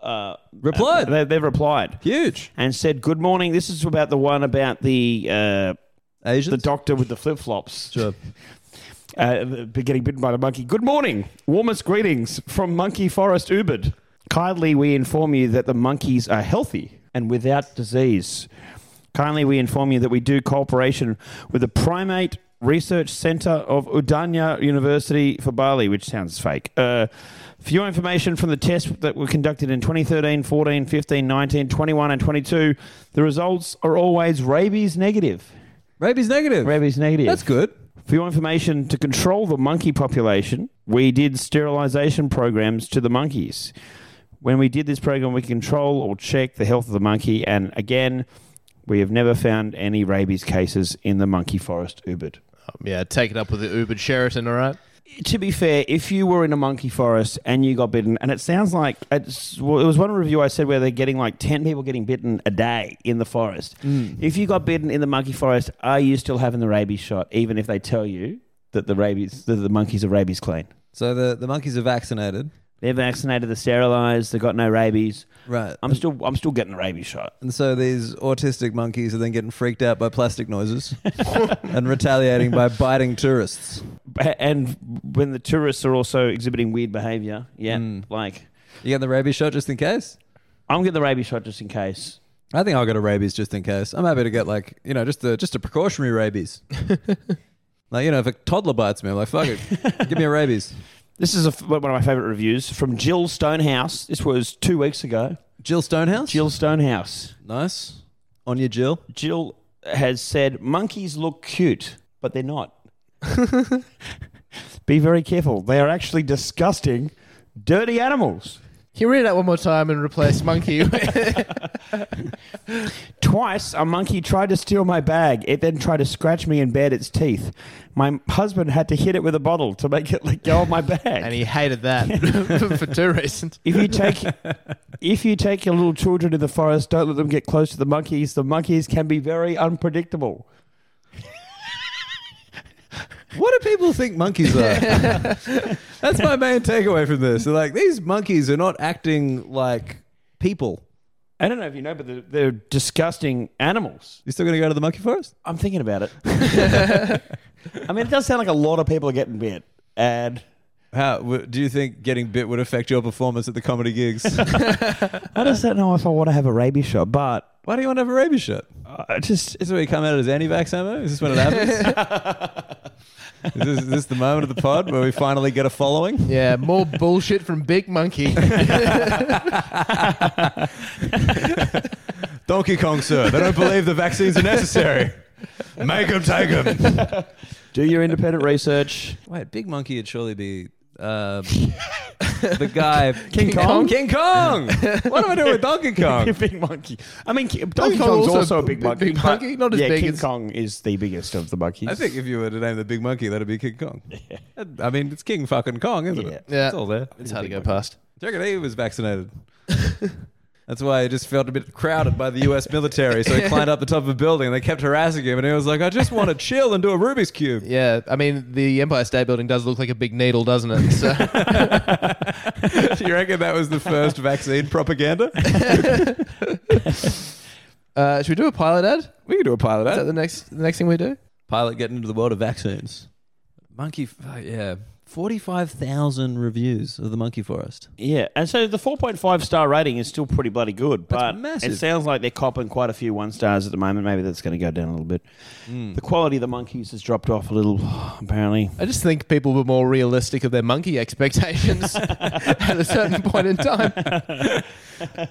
F: uh,
E: Replied.
F: They, they've replied
E: Huge.
F: and said, "Good morning. This is about the one about the uh, the
E: Asians?
F: doctor with the flip flops."
E: Sure.
F: Uh, the- getting bitten by the monkey. Good morning. Warmest greetings from Monkey Forest Ubud. Kindly, we inform you that the monkeys are healthy and without disease. Kindly, we inform you that we do cooperation with the Primate Research Centre of Udanya University for Bali, which sounds fake. Uh, for your information from the tests that were conducted in 2013, 14, 15, 19, 21, and 22, the results are always rabies negative.
E: Rabies negative.
F: Rabies negative.
E: That's good.
F: For your information, to control the monkey population, we did sterilization programs to the monkeys. When we did this program, we control or check the health of the monkey, and again, we have never found any rabies cases in the monkey forest ubud.
D: Um, yeah, take it up with the Uber Sheraton, all right?
F: To be fair, if you were in a monkey forest and you got bitten, and it sounds like it's, well, it was one review I said where they're getting like 10 people getting bitten a day in the forest. If you got bitten in the monkey forest, are you still having the rabies shot, even if they tell you that the rabies, that the monkeys are rabies clean?
E: So the, the monkeys are vaccinated.
F: They're vaccinated, they're sterilized, they've got no rabies.
E: Right.
F: I'm still, I'm still getting the rabies shot.
E: And so these autistic monkeys are then getting freaked out by plastic noises and retaliating by biting tourists.
F: And when the tourists are also exhibiting weird behavior, yeah, like
E: You get the rabies shot just in case?
F: I'm getting the rabies shot just in case.
E: I think I'll get a rabies just in case. I'm happy to get like, you know, just the just a precautionary rabies. like, you know, if a toddler bites me, I'm like, fuck it. Give me a rabies.
F: This is a f one of my favorite reviews from Jill Stonehouse. This was two weeks ago.
E: Jill Stonehouse?
F: Jill Stonehouse.
E: Nice. On your Jill.
F: Jill has said, Monkeys look cute, but they're not. Be very careful. They are actually disgusting, dirty animals.
D: Can you read that one more time and replace monkey? with-
F: Twice, a monkey tried to steal my bag. It then tried to scratch me and bared its teeth. My husband had to hit it with a bottle to make it let go of my bag.
D: and he hated that for two reasons.
F: If you take if you take your little children to the forest, don't let them get close to the monkeys. The monkeys can be very unpredictable.
E: What do people think monkeys are? That's my main takeaway from this. They're like, these monkeys are not acting like people.
F: I don't know if you know, but they're, they're disgusting animals.
E: You still gonna go to the monkey forest?
F: I'm thinking about it. I mean, it does sound like a lot of people are getting bit, and
E: How w- do you think getting bit would affect your performance at the comedy gigs?
F: I just don't know if I want to have a rabies shot. But
E: Why do you want to have a rabies shot?
F: I just
E: Uh, Is this where you come out as anti-vax ammo? Is this when it happens? is, this, is this the moment of the pod where we finally get a following?
D: Yeah, more bullshit from Big Monkey.
E: Donkey Kong, sir. They don't believe the vaccines are necessary. Make them take them.
F: do your independent research.
E: Wait, Big Monkey would surely be. Uh, the guy
F: King Kong?
E: King Kong. what am I doing with Donkey Kong?
F: big monkey. I mean, Ki-
E: Oh. Donkey
F: Donkey
E: Kong
F: Kong's
E: also
F: also,
E: a
F: a big
E: big
F: monkey.
E: big
F: but-
E: monkey, not as
F: yeah,
E: big
F: King
E: as-
F: Kong is the biggest of the monkeys.
E: I think if you were to name the big monkey, that'd be King Kong. I mean, it's King fucking Kong, isn't it?
D: Yeah.
E: It's all there.
D: It's hard to go past.
E: Do you reckon he was vaccinated? That's why he just felt a bit crowded by the US military. So he climbed up the top of a building and they kept harassing him. And he was like, I just want to chill and do a Rubik's Cube.
D: Yeah, I mean the uh, Empire State Building does look like a big needle, doesn't it? So,
E: Do you reckon that was the first vaccine propaganda?
D: uh, should we do a pilot ad?
E: We can do a pilot
D: Is that
E: ad.
D: the next the next thing we do?
C: Pilot getting into the world of vaccines. Monkey, f- uh, yeah. 45,000 reviews of the Monkey Forest.
F: Yeah, and so the 4.5 star rating is still pretty bloody good, but
C: massive.
F: it sounds like they're copping quite a few one stars at the moment. Maybe that's going to go down a little bit. The quality of the monkeys has dropped off a little, apparently.
D: I just think people were more realistic of their monkey expectations at a certain point in time.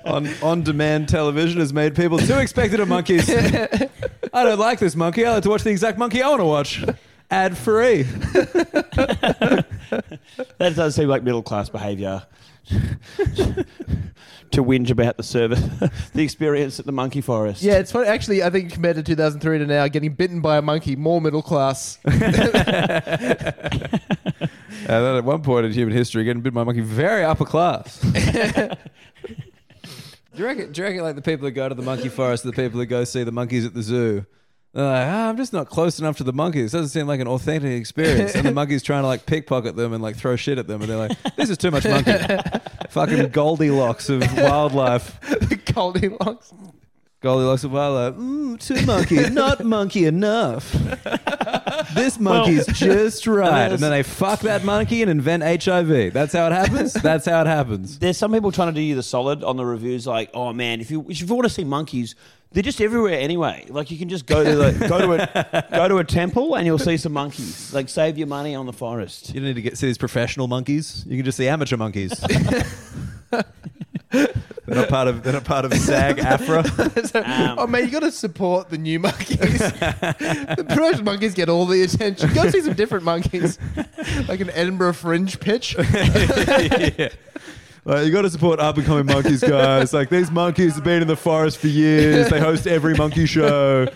E: on on demand television has made people too expected of monkeys. I don't like this monkey. I like to watch the exact monkey I want to watch. Ad free.
F: That does seem like middle class behaviour. to whinge about the service, the experience at the monkey forest.
D: Yeah, it's funny. Actually, I think compared to 2003 to now, getting bitten by a monkey more middle class.
E: And then at one point in human history, getting bit by a monkey, very upper class. do you reckon? Do you reckon like the people who go to the monkey forest, the people who go see the monkeys at the zoo? They're like, "Ah, I'm just not close enough to the monkeys. Doesn't seem like an authentic experience. And the monkeys trying to like pickpocket them and like throw shit at them, and they're like, "This is too much monkey." Fucking Goldilocks of wildlife.
D: Goldilocks.
E: Goldilocks and Violet. Ooh, too monkey, not monkey enough. this monkey's just right. And then they fuck that monkey and invent HIV. That's how it happens. That's how it happens.
F: There's some people trying to do you the solid on the reviews, like, oh man, if you if you want to see monkeys, they're just everywhere anyway. Like you can just go to the, go to a go to a temple and you'll see some monkeys. Like save your money on the forest.
E: You don't need to get see these professional monkeys. You can just see amateur monkeys. they're not part of they're not part of SAG AFRA.
D: So,
F: Um,
D: oh man, you got to support the new monkeys. the Persian monkeys get all the attention. Go see some different monkeys, like an Edinburgh Fringe pitch.
E: Like, you got to support up and coming monkeys, guys. Like these monkeys have been in the forest for years. They host every monkey show,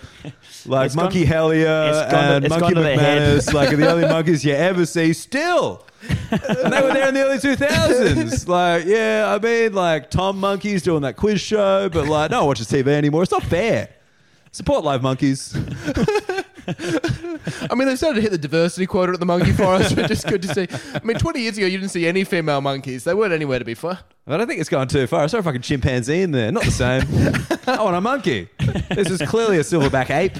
E: like
F: It's gone-
E: Monkey Hellier
F: it's gone to-
E: and
F: it's
E: Monkey
F: gone to their head.
E: McManus. Like are the only monkeys you ever see. Still, and they were there in the early two thousands. Like, yeah, I mean, like Tom Monkey's doing that quiz show, but like, no one watches TV anymore. It's not fair. Support live monkeys.
D: I mean, they've started to hit the diversity quota at the monkey forest, which is good to see. I mean, 20 years ago, you didn't see any female monkeys. They weren't anywhere to be fair.
E: But I think it's gone too far. I saw a fucking chimpanzee in there. Not the same. I want a monkey. This is clearly a silverback ape.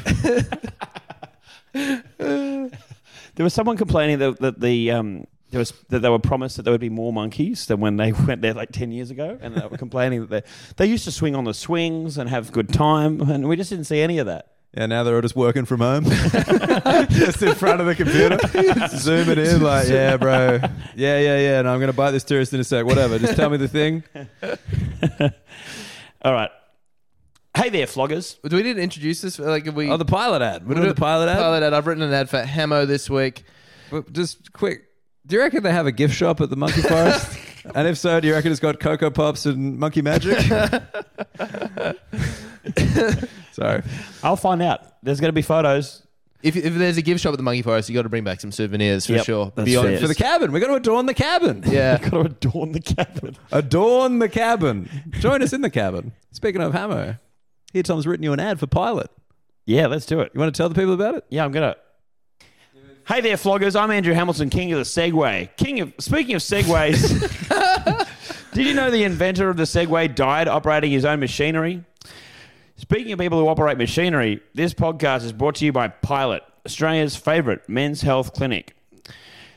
F: There was someone complaining that, that the um, there was that they were promised that there would be more monkeys than when they went there like ten years ago, and they were complaining that they they used to swing on the swings and have good time, and we just didn't see any of that.
E: Yeah, now they're all just working from home, just in front of the computer, Zoom it in. Like, yeah, bro, yeah, yeah, yeah. And no, I'm gonna bite this tourist in a sec. Whatever, just tell me the thing.
F: All right, hey there, floggers.
D: Do we need to introduce this? Like, if we.
E: Oh, the pilot ad. We're doing the pilot ad.
D: Pilot ad. I've written an ad for Hamo this week.
E: But just quick, do you reckon they have a gift shop at the Monkey Forest? and if so, do you reckon it's got Cocoa Pops and Monkey Magic? Sorry,
F: I'll find out. There's going to be photos.
D: If, if there's a gift shop at the monkey forest, you got to bring back some souvenirs for
F: Yep,
D: sure.
F: that's fair.
E: for the cabin, we're gonna adorn the cabin.
D: yeah.
F: Got to adorn the cabin.
E: Adorn the cabin. Join us in the cabin. Speaking of Hammer, here Tom's written you an ad for Pilot.
F: Yeah, let's do it.
E: You want to tell the people about it?
F: Yeah, I'm gonna. Hey there, floggers. I'm Andrew Hamilton, king of the Segway. King of speaking of Segways, did you know the inventor of the Segway died operating his own machinery? Speaking of people who operate machinery, this podcast is brought to you by Pilot, Australia's favourite men's health clinic.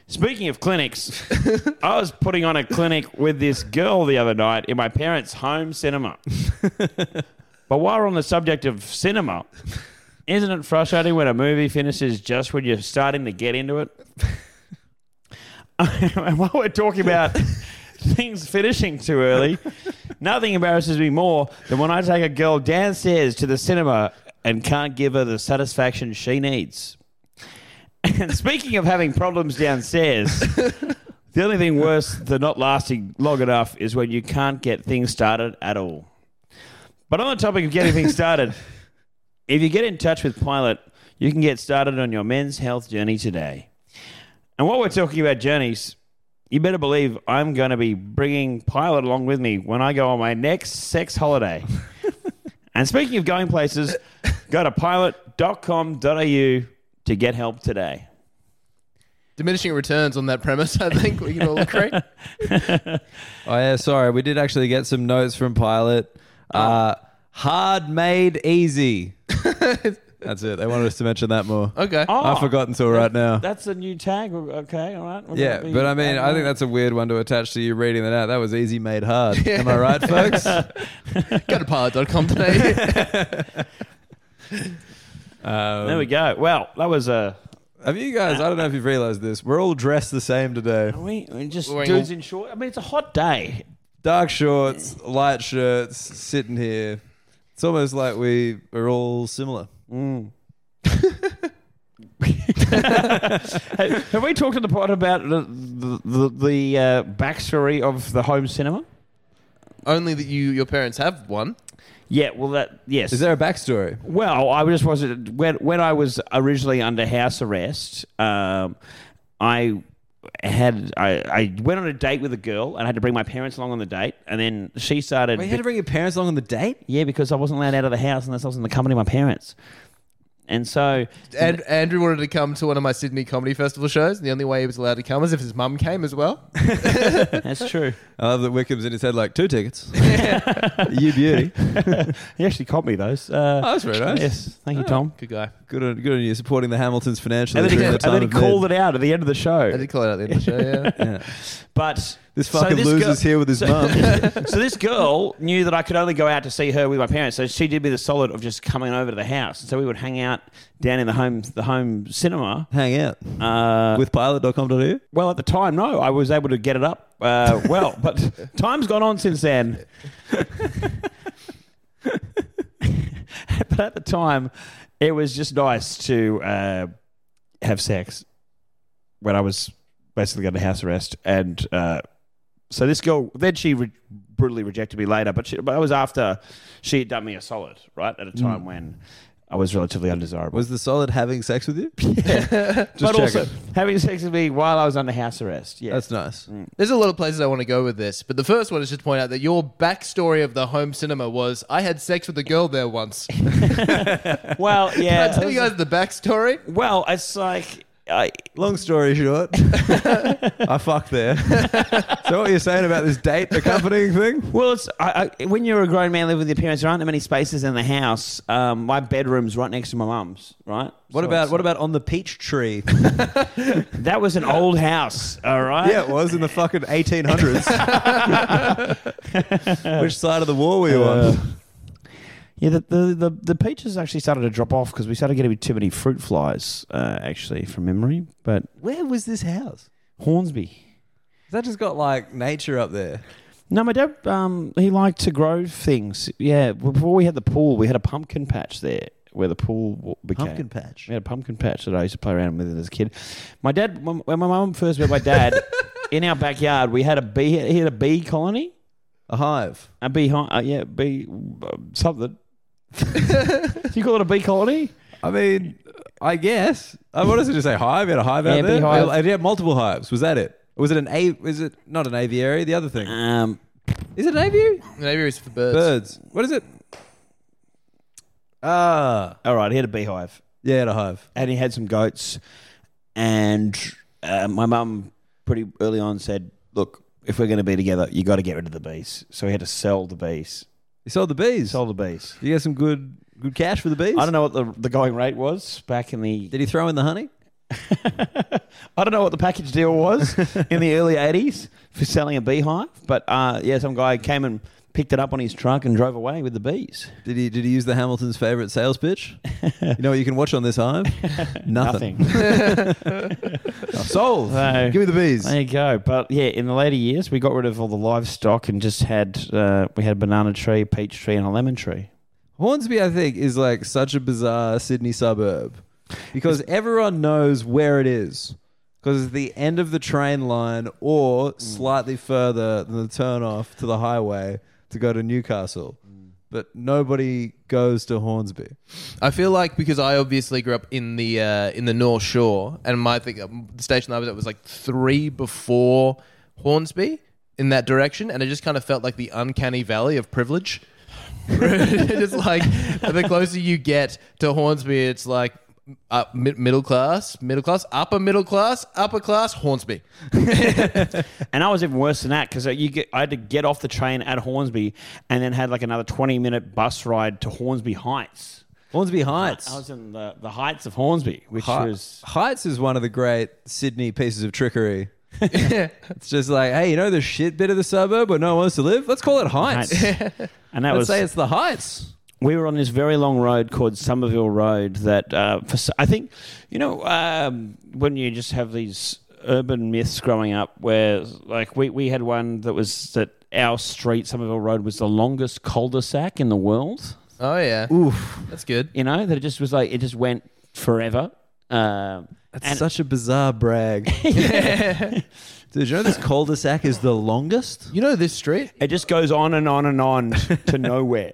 F: Speaking of clinics, I was putting on a clinic with this girl the other night in my parents' home cinema. but while we're on the subject of cinema, isn't it frustrating when a movie finishes just when you're starting to get into it? and while we're talking about things finishing too early, nothing embarrasses me more than when I take a girl downstairs to the cinema and can't give her the satisfaction she needs. And speaking of having problems downstairs, The only thing worse than not lasting long enough is when you can't get things started at all. But on the topic of getting things started, if you get in touch with Pilot, you can get started on your men's health journey today. And while we're talking about journeys, you better believe I'm going to be bringing Pilot along with me when I go on my next sex holiday. and speaking of going places, go to pilot.com.au to get help today.
D: Diminishing returns on that premise, I think we can all agree.
E: Oh yeah, sorry. We did actually get some notes from Pilot. Uh, hard made easy. That's it. They wanted us to mention that more.
D: Okay.
E: I forgot until right now.
F: Oh. That's a new tag. Okay, all right. We're
E: Yeah,
F: gonna be-
E: but I mean, I think that's a weird one to attach to you reading that out. That was easy made hard. Am I right, folks?
D: Go to pilot.com today.
F: there we go. Well, that was a.
E: Have you guys? I don't know if you've realized this. We're all dressed the same today.
F: We, we just
D: Wearing
F: dudes
D: all-
F: in short. I mean, it's a hot day.
E: Dark shorts, light shirts, sitting here. It's almost like we are all similar.
F: Hey, have we talked on the pod about the the, the, the uh, backstory of the home cinema?
D: Only that you your parents have one.
F: Yeah. Well, that yes.
E: Is there a backstory?
F: Well, I just wasn't when when I was originally under house arrest. Um, I had I, I went on a date with a girl and I had to bring my parents along on the date, and then she started.
E: Wait, you had to bring your parents along on the date?
F: yeah, because I wasn't allowed out of the house unless I was in the company of my parents, and so
D: And Andrew wanted to come to one of my Sydney Comedy Festival shows, and the only way he was allowed to come is if his mum came as well.
F: that's true.
E: I love that Wickham's in his head like two tickets. you beauty.
F: He actually caught me those. Uh,
E: Oh, that's very nice.
F: Yes, thank you, Tom.
D: Good guy.
E: Good on, good on you supporting the Hamiltons financially.
F: Oh. And then, he,
E: during the
F: and
E: time
F: then he
E: of
F: called
E: need.
F: it out at the end of the
D: I
F: show.
D: did call it out at the end of the show, yeah.
F: But
E: This
F: so
E: fucking loser's
F: girl-
E: here with his
F: so-
E: mum.
F: so this girl knew that I could only go out to see her with my parents. So she did me the solid of just coming over to the house. So we would hang out down in the home the home cinema.
E: Hang out
F: Uh,
E: with pilot.com.au.
F: well, at the time, no, I was able to get it up uh, well, but time's gone on since then. but at the time, it was just nice to uh, have sex when I was basically under house arrest. And uh, so this girl, then she re- brutally rejected me later, but, she, but that was after she had done me a solid, right? At a time when I was relatively undesirable.
E: Hmm. Was the solid having sex with you?
F: but also,
E: checking.
F: having sex with me while I was under house arrest. Yeah.
E: That's nice.
F: Mm.
D: There's a lot of places I want to go with this, but the first one is just to point out that your backstory of the home cinema was I had sex with a girl there once. Can
F: Well, yeah.
D: I tell you guys the backstory?
F: Well, it's like I
E: Long story short, I fucked there. so what you're saying about this date accompanying thing?
F: well, it's I, I, when you're a grown man living with your parents, there aren't that many spaces in the house. Um, my bedroom's right next to my mum's. Right.
E: What
F: So
E: about
F: it's-
E: what about on the peach tree?
F: that? Was an old house. All right.
E: yeah, it was in the fucking 1800s. Which side of the war were you
F: Uh,
E: on?
F: Yeah, the, the, the, the peaches actually started to drop off because we started getting too many fruit flies, uh, actually, from memory. But
E: Where was this house?
F: Hornsby.
E: That just got like nature up there.
F: No, my dad, um, he liked to grow things. Yeah, before we had the pool, we had a pumpkin patch there where the pool w- became.
E: Pumpkin patch.
F: We had a pumpkin patch that I used to play around with as a kid. My dad, when when my mum first met my dad, in our backyard, we had a bee. He had a bee colony,
E: A hive.
F: a bee, hi- uh, yeah, bee uh, something. Do you call it a bee colony?
E: I mean, I guess. Uh, I wanted to just say hive. You had a hive
F: Yeah,
E: out there.
F: beehive.
E: And you had multiple hives. Was that it? Or was it an a? Is it not an aviary? The other thing
F: Um,
E: is it an aviary?
D: Maybe it's for birds.
E: Birds. What is it? Ah,
F: all right, he had a beehive.
E: yeah, had a hive.
F: and he had some goats. And uh, my mum pretty early on said, "Look, if we're going to be together, you got to get rid of the bees." So we had to sell the bees.
E: You sold the bees.
F: Sell the bees.
E: You get some good good cash for the bees.
F: I don't know what the the going rate was back in the.
E: Did he throw in the honey?
F: I don't know what the package deal was in the early '80s for selling a beehive, but uh, yeah, some guy came and picked it up on his truck and drove away with the bees.
E: Did he Did he use the Hamilton's favorite sales pitch? you know what you can watch on this hive? Nothing. Sold.
F: So-
E: Give me the bees.
F: There you go. But yeah, in the later years, we got rid of all the livestock and just had uh, we had a banana tree, peach tree, and a lemon tree.
E: Hornsby, I think, is like such a bizarre Sydney suburb because everyone knows where it is. because it's the end of the train line or
F: Mm.
E: slightly further than the turn off to the highway to go to Newcastle.
F: Mm.
E: But nobody goes to Hornsby.
D: I feel like because I obviously grew up in the uh, in the North Shore, and my thing, um, the station I was at was like three before Hornsby in that direction, and it just kind of felt like the uncanny valley of privilege. just like the closer you get to Hornsby, it's like uh, mi- middle class, middle class, upper middle class, upper class, Hornsby.
F: And I was even worse than that because you get, I had to get off the train at Hornsby and then had like another 20 minute bus ride to Hornsby Heights.
E: Hornsby Heights.
F: I was in the, the Heights of Hornsby, which
E: Hei-
F: was.
E: Heights is one of the great Sydney pieces of trickery. it's just like, hey, you know the shit bit of the suburb where no one wants to live? Let's call it Heights.
F: Heights. And that
E: Let's
F: was.
E: say it's the Heights.
F: we were on this very long road called Somerville Road that uh, for, s- I think, you know, um, when you just have these urban myths growing up where like we, we had one that was that our street, Somerville Road, was the longest cul-de-sac in the world.
D: Oh yeah,
E: Oof.
D: that's good.
F: You know, that it just was like, it just went forever. Um,
E: That's
F: and-
E: such a bizarre brag. Dude, you know this cul-de-sac is the longest?
D: You know this street?
F: It just goes on and on and on to nowhere.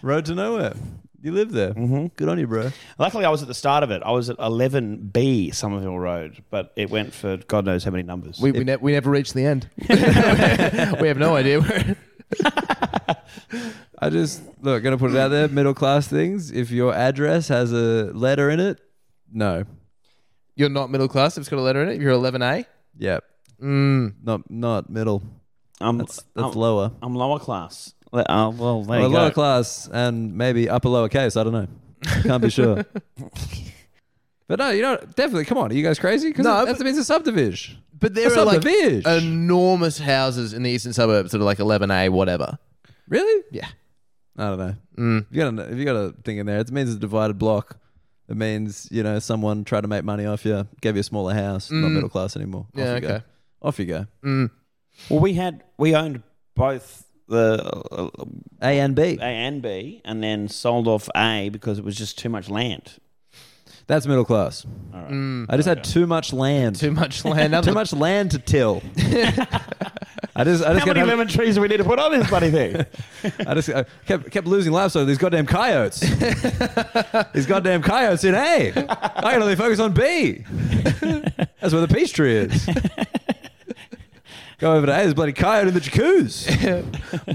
E: Road to nowhere. You live there. Good on you, bro.
F: Luckily, I was at the start of it. I was at 11B Somerville Road, but it went for God knows how many numbers.
D: We we, ne- we never reached the end. we have no idea. Where-
E: I just look gonna put it out there. Middle class things. If your address has a letter in it, no.
D: You're not middle class. If it's got a letter in it. You're 11A.
E: Yep. Not not middle.
F: I'm,
E: That's that's
F: I'm,
E: lower.
F: I'm lower class. Le- Uh, well, there
E: Well,
F: you go.
E: lower class and maybe upper lowercase. I don't know. Can't be sure. but no, you know, definitely. Come on, are you guys crazy? Because
D: No,
E: that
D: but-
E: means a subdivision.
D: But there
E: That's
D: are
E: not
D: like
E: the Vish.
D: enormous houses in the eastern suburbs that are like 11A, whatever.
E: Really?
D: Yeah. Mm.
E: I don't know. If you got a if you got a thing in there, it means it's a divided block. It means you know someone tried to make money off you, gave you a smaller house, not middle class anymore. Off
D: Mm. Yeah,
E: you
D: okay. Mm.
E: Go. Off you go.
F: Well, we had we owned both the uh,
E: A and B.
F: A and B, and then sold off A because it was just too much land.
E: That's middle class. I just had too much land.
D: Mm. Too much land.
E: Too much land to till. I just, I just,
F: How
E: kept,
F: many
E: having-
F: lemon trees do we need to put on this bloody thing?
E: I just I kept, kept losing livestock to these goddamn coyotes. these goddamn coyotes in A. I can only focus on B. That's where the peach tree is. Go over to A, there's a bloody coyote in the jacuzzi.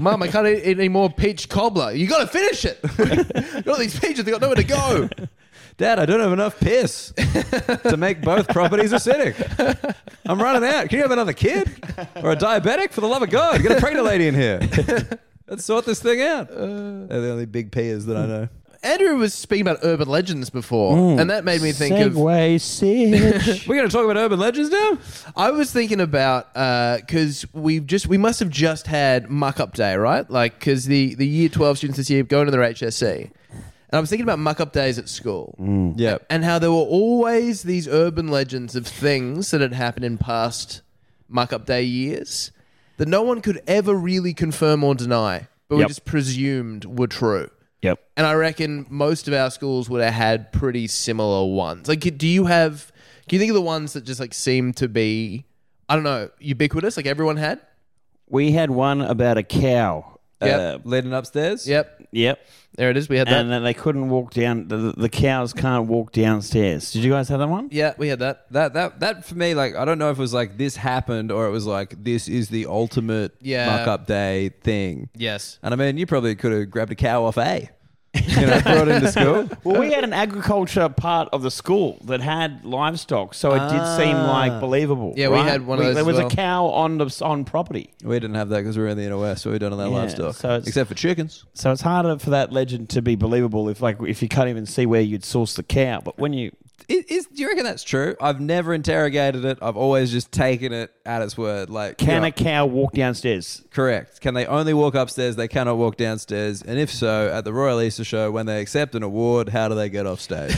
D: Mum, I can't eat eat any more peach cobbler. You got to finish it. All these peaches, they got nowhere to go.
E: Dad, I don't have enough piss to make both properties acidic. I'm running out. Can you have another kid or a diabetic? For the love of God, get a pregnant lady in here. Let's sort this thing out. They're the only big peers that I know.
D: Andrew was speaking about urban legends before,
E: Mm.
D: and that made me think of
F: Segway Sitch.
E: We're going to talk about urban legends now?
D: I was thinking about because we've just we must have just had muck up day, right? Like because the the year twelve students this year going to their HSC, and I was thinking about muck up days at school
E: Yeah.
D: and how there were always these urban legends of things that had happened in past muck up day years that no one could ever really confirm or deny, but
F: Yep.
D: were just presumed were true.
F: yep.
D: And I reckon most of our schools would have had pretty similar ones. Like, do you have? Can you think of the ones that just like seem to be? I don't know, ubiquitous. Like everyone had.
F: We had one about a cow.
D: Yep.
F: Uh,
E: Leading upstairs?
D: Yep,
F: yep.
D: there it is. We had that.
F: and that they couldn't walk down. The, the cows can't walk downstairs. Did you guys have that one?
D: yeah, we had that.
E: That that that for me, like I don't know if it was like this happened or it was like this is the ultimate
D: Yeah.
E: muck up day thing.
D: Yes.
E: And I mean, you probably could have grabbed a cow off A, you know, brought into school.
F: Well, we had an agriculture part of the school that had livestock, so it did seem like believable.
D: Yeah, we
F: right?
D: had one of those
F: There
D: as
F: was
D: well.
F: a cow on the on property,
E: We didn't have that because we were in the inner west, so we don't allow
F: Yeah,
E: livestock
F: so it's-
E: except for chickens.
F: so it's harder for that legend to be believable if like if you can't even see where you'd source the cow. But when you
E: Is, is, do you reckon that's true? I've never interrogated it. I've always just taken it at its word. Like,
F: can
E: yeah,
F: a cow walk downstairs?
E: correct? Can they only walk upstairs? They cannot walk downstairs. And if so, at the Royal Easter Show, when they accept an award, how do they get off stage?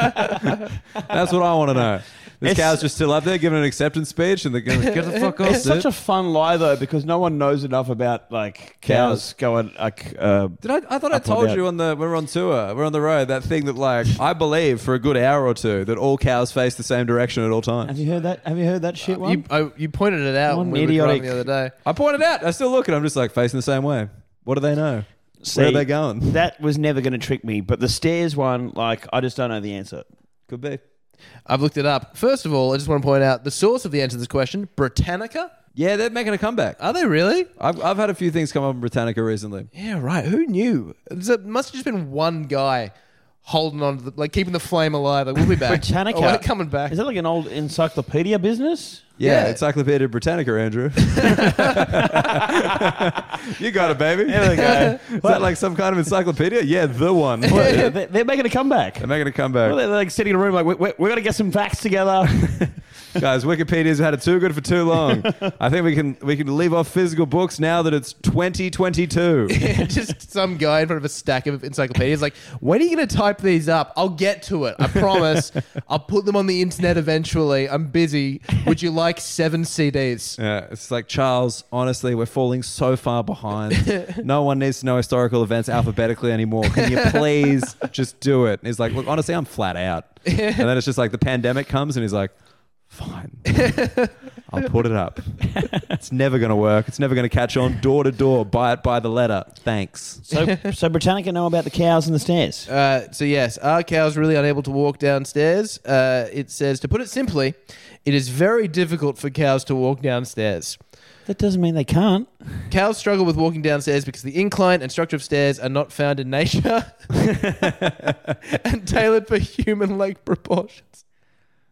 E: that's what I want to know. This
F: It's-
E: cow's just still up there giving an acceptance speech, and they're going, "Get the fuck off!"
F: It's such
E: dude."
F: a fun lie though because no one knows enough about like cows going like. Uh,
E: Did I, I thought I
F: Up or
E: told
F: down.
E: you on the when we're on tour, we're on the road, that thing that like I believe for a good hour or two that all cows face the same direction at all
I: Have
E: times.
I: you heard that? Have you heard that shit one?
D: You,
F: uh,
D: I, you pointed it out
I: One
D: when we
I: idiotic-
D: were driving the other day.
E: I pointed out. I still look and I'm just like facing the same way. What do they know? Where are
F: See,
E: they going?
F: That was never going to trick me, but the stairs one, like, I just don't know the answer.
E: Could be.
D: I've looked it up. First of all, I just want to point out the source of the answer to this question: Britannica.
E: Yeah, they're making a comeback.
D: Are they really?
E: I've, I've had a few things come up in Britannica recently.
D: Yeah, right. Who knew? It's- It must have just been one guy holding on to the, like keeping the flame alive. Like we'll be back.
F: Britannica.
D: Oh, we're coming back.
F: Is that like an old encyclopedia business?
E: Yeah,
D: Yeah.
E: Encyclopedia Britannica, Andrew. you got it, baby.
F: go.
E: Is that like some kind of encyclopedia? Yeah, the one. They're
F: They're, they're making a comeback.
E: making a
F: Well,
E: comeback.
F: they're like sitting in a room, like, we, we, we're going to get some facts together.
E: Guys, Wikipedia's had it too good for too long. I think we can we can leave off physical books now that it's 2022.
D: just some guy in front of a stack of encyclopedias. Like, when are you going to type these up? I'll get to it. I promise. I'll put them on the internet eventually. I'm busy. Would you like seven CDs?
E: Yeah, it's like Charles. Honestly, we're falling so far behind. no one needs to know historical events alphabetically anymore. Can you please just do it? And he's like, look, honestly, I'm flat out. And then it's just like the pandemic comes, and he's like, fine, I'll put it up. It's never gonna work. It's never gonna catch on. Door to door, buy it by the letter. Thanks.
F: so, so Britannica know about the cows and the stairs.
D: Uh, so yes, are cows really unable to walk downstairs? Uh, it says, to put it simply, it is very difficult for cows to walk downstairs.
F: That doesn't mean they can't.
D: Cows struggle with walking downstairs because the incline and structure of stairs are not found in nature and tailored for human leg proportions.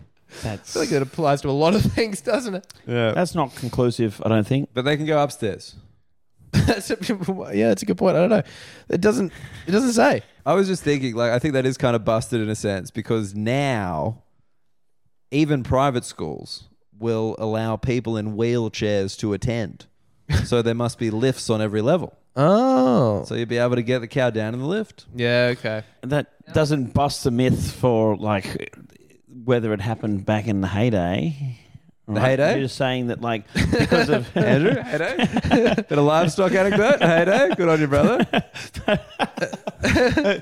D: I
F: That's,
D: feel like that applies to a lot of things, doesn't it?
E: Yeah,
F: that's not conclusive, I don't think.
E: but they can go upstairs.
D: That's a, yeah, that's a good point. I don't know. It doesn't. It doesn't say.
E: I was just thinking, like, I think that is kind of busted in a sense because now even private schools will allow people in wheelchairs to attend. so there must be lifts on every level.
D: Oh.
E: So you'd be able to get the cow down in the lift.
D: Yeah. Okay.
F: That doesn't bust the myth for, like, whether it happened back in the heyday. The
E: heyday?
F: You're just saying that, like, because of.
E: Andrew, hey day. Bit of livestock anecdote. Hey day. Good on you, brother.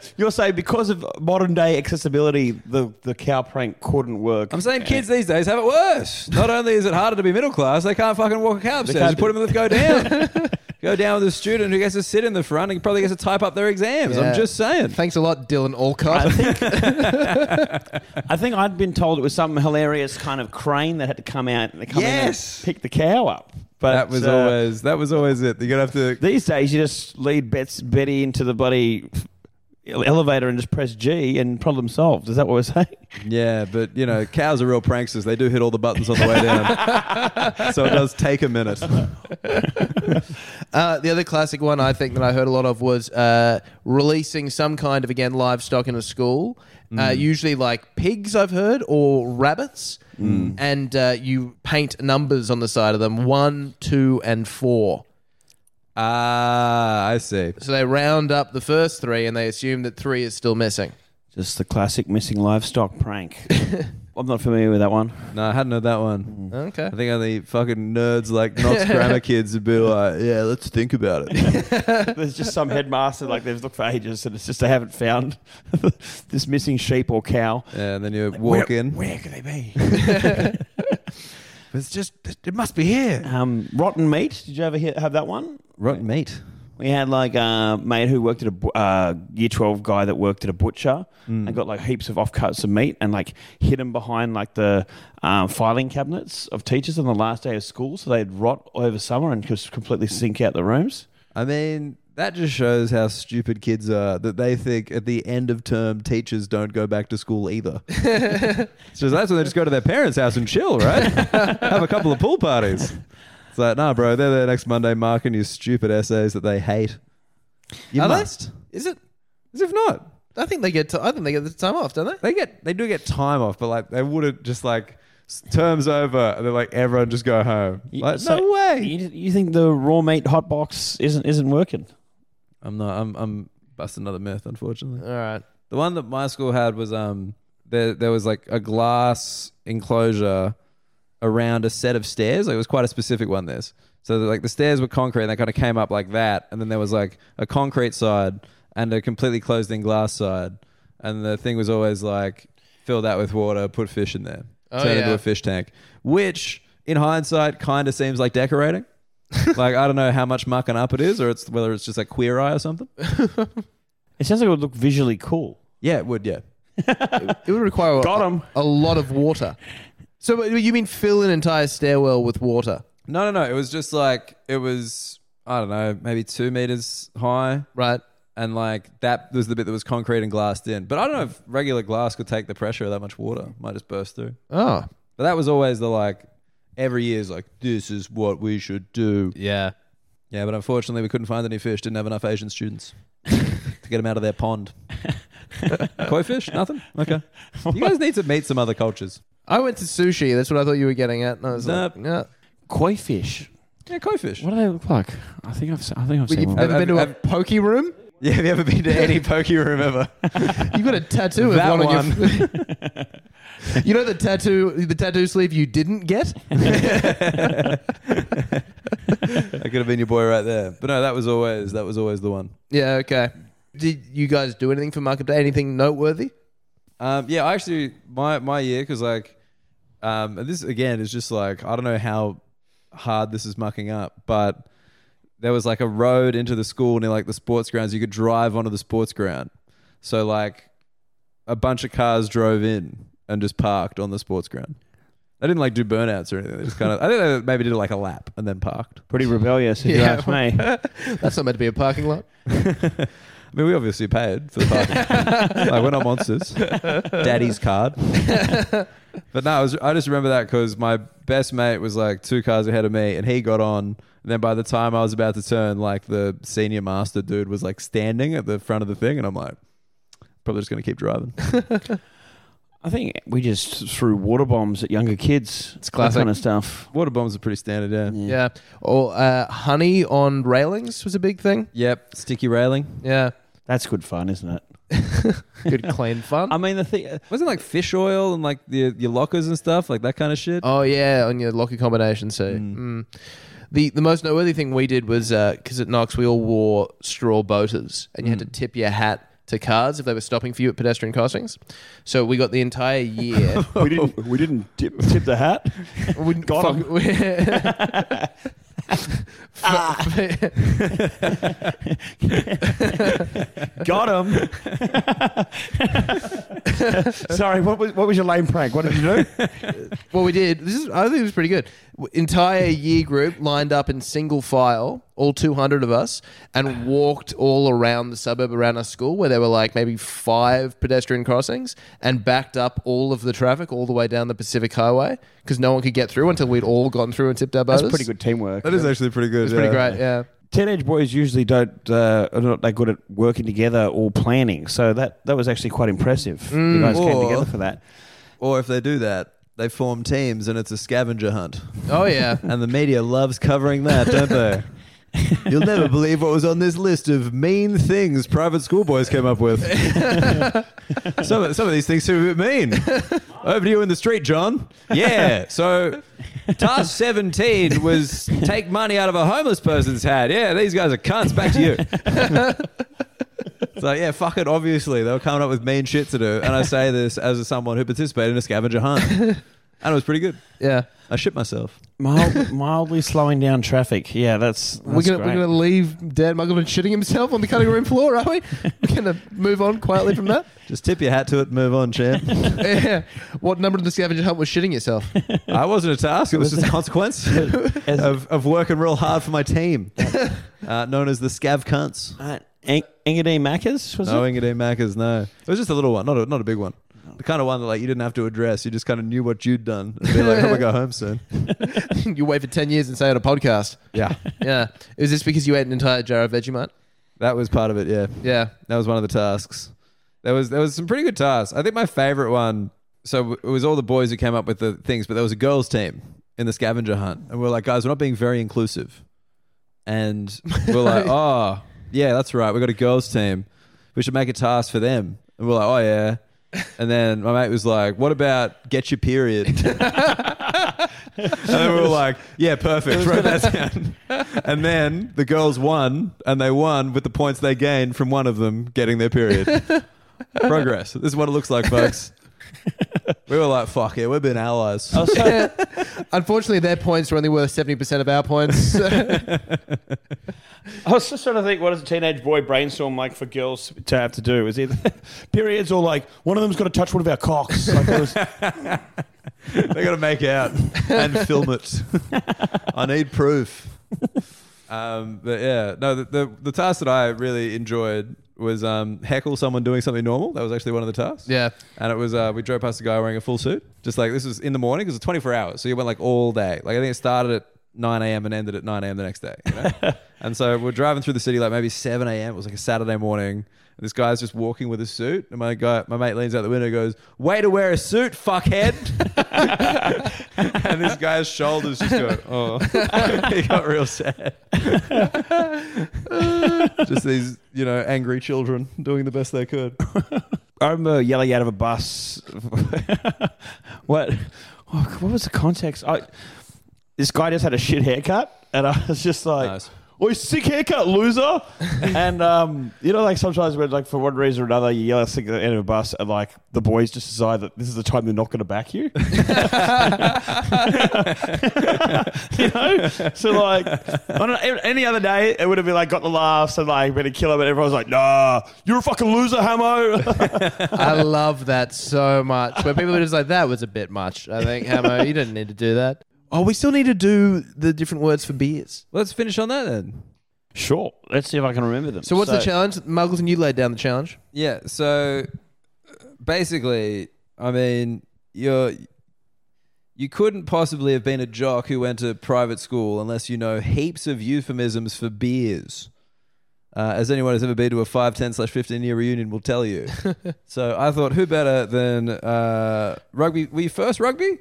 F: You're saying because of modern day accessibility, the, the cow prank couldn't work.
E: I'm saying kids these days have it worse. Not only is it harder to be middle class, they can't fucking walk a cow upstairs. You
F: can't
E: put them in the go down. go down with a student who gets to sit in the front and probably gets to type up their exams.
D: Yeah.
E: I'm just saying.
D: Thanks a lot, Dylan Alcott.
F: I think I think I'd been told it was some hilarious kind of crane that had to come out and come
E: Yes.
F: in and pick the cow up. But
E: that was
F: uh,
E: always that was always it. You're gonna have to
F: these days. You just lead Bets, Betty into the bloody elevator and just press G and problem solved. Is that what we're saying?
E: Yeah, but you know, cows are real pranksters. They do hit all the buttons on the way down. so it does take a minute.
D: Uh, the other classic one I think that I heard a lot of was uh, releasing some kind of again livestock in a school, uh, usually like pigs I've heard or rabbits, and uh, you paint numbers on the side of them one, two, and four.
E: Ah, I see.
D: So they round up the first three and they assume that three is still missing.
F: Just the classic missing livestock prank. I'm not familiar with that one.
E: No, I hadn't heard that one.
F: Mm-hmm.
D: Okay.
E: I think only fucking nerds like Knox grammar kids would be like, yeah, let's think about it.
F: There's just some headmaster like they've looked for ages and it's just they haven't found this missing sheep or cow.
E: yeah, and then you walk
F: where,
E: in.
F: Where could they be?
E: It's just, it must be here.
F: Um, rotten meat. Did you ever hear, have that one?
E: Rotten meat.
F: We had like a mate who worked at a bu- uh, year 12 guy that worked at a butcher and got like heaps of off cuts of meat and like hid them behind like the um, filing cabinets of teachers on the last day of school. So they'd rot over summer and just completely sink out the rooms.
E: I mean, that just shows how stupid kids are that they think at the end of term teachers don't go back to school either. so that's when they just go to their parents' house and chill, right? Have a couple of pool parties. It's like, nah, bro, they're there next Monday marking your stupid essays that they hate. You
D: Are they?
E: must.
D: Is it?
E: As if not.
D: I think they get. To, I think they get the time off, don't they?
E: They get they do get time off, but like they wouldn't just like s- terms over and they're like everyone just go home. Like,
F: So
E: no way.
F: You, you think the raw meat hot box isn't, isn't working?
E: I'm not I'm I'm busting another myth, unfortunately.
D: All right.
E: The one that my school had was um there there was like a glass enclosure around a set of stairs. Like it was quite a specific one this. So that, like the stairs were concrete and they kind of came up like that and then there was like a concrete side and a completely closed in glass side. And the thing was always like fill that with water, put fish in there,
D: Oh,
E: turn it into
D: yeah.
E: a fish tank, which in hindsight kind of seems like decorating. like I don't know how much mucking up it is, or it's whether it's just like queer eye or something.
F: It sounds like it would look visually cool.
E: Yeah, it would. Yeah,
D: It would require a-
F: Got 'em.
D: a lot of water. So but you mean fill an entire stairwell with water,
E: no, no, no. It was just like it was. I don't know, maybe two meters high,
D: right?
E: and like that was the bit that was concrete and glassed in. But I don't know if regular glass could take the pressure of that much water. It might just burst through.
D: Oh,
E: But that was always the like every year's like this is what we should do.
D: yeah.
E: Yeah, but unfortunately we couldn't find any fish. Didn't have enough Asian students to get them out of their pond. Koi fish? Nothing. Okay. You guys need to meet some other cultures.
D: I went to sushi. That's what I thought you were getting at. And I was
E: Nope.
D: like, yeah.
F: Koi fish.
E: Yeah, koi fish.
F: What do they look like? I think I've seen, I think I've
D: But
F: seen
D: you've
F: one.
D: never
E: I've-
D: been to a
E: I've-
D: poke room?
E: Yeah, have you ever been to any poke room ever?
D: You got a tattoo of
E: That
D: one, on your. you know the tattoo, the tattoo sleeve you didn't get.
E: That could have been your boy right there. But no, that was always that was always the one.
D: Yeah. Okay. Did you guys do anything for market day? Anything noteworthy?
E: Um, yeah, I actually my my year because like um, and this again is just like I don't know how hard this is mucking up, but there was like a road into the school near like the sports grounds. You could drive onto the sports ground, so like a bunch of cars drove in and just parked on the sports ground. They didn't like do burnouts or anything. They just kind of I think they maybe did like a lap and then parked.
F: Pretty rebellious, if you
D: Yeah.
F: ask me.
D: That's not meant to be a parking lot.
E: I mean, we obviously paid for the parking. like, we're not monsters. Daddy's card. but no, I, was, I just remember that because my best mate was like two cars ahead of me, and he got on. And then by the time I was about to turn, like the senior master dude was like standing at the front of the thing, and I'm like, probably just gonna keep driving.
F: I think we just threw water bombs at younger kids. It's
D: classic.
F: That kind of stuff.
E: Water bombs are pretty standard, yeah.
D: Yeah. Or uh, honey on railings was a big thing.
E: Yep, sticky railing.
D: Yeah.
F: That's good fun, isn't it?
D: Good clean fun.
F: I mean, the thing.
E: Wasn't like fish oil and like the, your lockers and stuff, like that kind of shit.
D: Oh yeah, on your locker combination. So mm. the the most noteworthy thing we did was because at Knox we all wore straw boaters, and you had to tip your hat to cars if they were stopping for you at pedestrian crossings. So we got the entire year.
F: We didn't. We didn't tip, tip the hat.
D: we wouldn't
F: Got
D: fuck- Ah.
F: Got him. Sorry. What was what was your lame prank? What did you do?
D: Well, we did. This is, I think it was pretty good. W- Entire year group lined up in single file, all 200 of us, and walked all around the suburb around our school where there were like maybe five pedestrian crossings and backed up all of the traffic all the way down the Pacific Highway because no one could get through until we'd all gone through and tipped our boaters.
F: That's pretty good teamwork.
E: that is actually pretty good.
D: It's pretty great, yeah.
F: Teenage boys usually don't uh, are not that good at working together or planning. So that that was actually quite impressive.
D: Mm.
F: you guys came
E: Or-
F: together for that.
E: Or if they do that, they form teams and it's a scavenger hunt.
D: Oh, yeah.
E: And the media loves covering that, don't they? You'll never believe what was on this list of mean things private schoolboys came up with. some, of, some of these things seem a bit mean. Over to you in the street, John. Yeah. So, task 17 was take money out of a homeless person's hat. Yeah, these guys are cunts. Back to you. So, yeah, fuck it. Obviously, they were coming up with mean shit to do. And I say this as someone who participated in a scavenger hunt. And it was pretty good.
D: yeah.
E: I shit myself.
F: Mild, mildly slowing down traffic. Yeah, that's, that's
D: We're gonna,
F: great.
D: we're gonna leave Dan Muggleton shitting himself on the cutting room floor, are we? We're gonna move on quietly from that.
E: Just tip your hat to it and move on, champ.
D: Yeah. What number in the scavenger hunt was shitting yourself?
E: I wasn't a task. It was just a consequence
F: As-
E: of, of working real hard for my team, uh, known as the Scav Cunts.
F: uh, Eng- Engadine Maccas was
E: No
F: it?
E: Engadine Maccas, no. It was just a little one, not a, not a big one. The kind of one that like you didn't have to address. You just kind of knew what you'd done. And be like, hope I go home soon.
D: you wait for 10 years and say on a podcast.
E: Yeah.
D: Yeah. Is this because you ate an entire jar of Vegemite?
E: That was part of it, yeah.
D: Yeah.
E: That was one of the tasks. There was there was some pretty good tasks. I think my favorite one. So it was all the boys who came up with the things, but there was a girls team in the scavenger hunt, and we are like, guys, we're not being very inclusive. And we are like, oh yeah, that's right. We got a girls team. We should make a task for them. And we are like, oh yeah. And then my mate was like, what about get your period? and then we were like, yeah, perfect. Wrote that down. And then the girls won, and they won with the points they gained from one of them getting their period. Progress. This is what it looks like, folks. We were like, fuck it, we've been allies.
D: Unfortunately, their points are only worth seventy percent of our points.
F: I was just trying to think, what does a teenage boy brainstorm like for girls to have to do? Is either periods or like one of them's got to touch one of our cocks? Like it was,
E: They gotta make out and film it. I need proof. Um, but yeah, no, the, the the task that I really enjoyed was um, heckle someone doing something normal. That was actually one of the tasks.
D: Yeah.
E: and it was uh, we drove past a guy wearing a full suit. Just like this was in the morning because it's twenty four hours, so you went like all day. Like I think it started at nine a.m. and ended at nine a.m. the next day. You know? and so we're driving through the city like maybe seven a.m. It was like a Saturday morning. And this guy's just walking with a suit, and my guy, my mate, leans out the window, and goes, "Way to wear a suit, fuckhead." and this guy's shoulders just go, oh, he got real sad. just these, you know, angry children doing the best they could.
F: I remember yelling out of a bus. what? What was the context? I, this guy just had a shit haircut, and I was just like,
E: Nice.
F: "Oh, sick haircut, loser!" and um, you know, like sometimes when, like, for one reason or another, you yell at the end of a bus, and like the boys just decide that this is the time they're not going to back you. you know, so like on a- any other day, it would have been like got the laughs and like been a killer, but everyone's like, "Nah, you're a fucking loser, Hamo."
D: I love that so much. Where people are just like, "That was a bit much." I think Hamo, you didn't need to do that. Oh, we still need to do the different words for beers.
E: Let's finish on that then.
F: Sure. Let's see if I can remember them.
D: So, what's the challenge, Muggles? And you laid down the challenge.
E: Yeah. So uh, basically, I mean, you're. You couldn't possibly have been a jock who went to private school unless you know heaps of euphemisms for beers. Uh, as anyone who's ever been to a 5, 10, slash 15 year reunion will tell you. so I thought, who better than uh, rugby? Were you first rugby?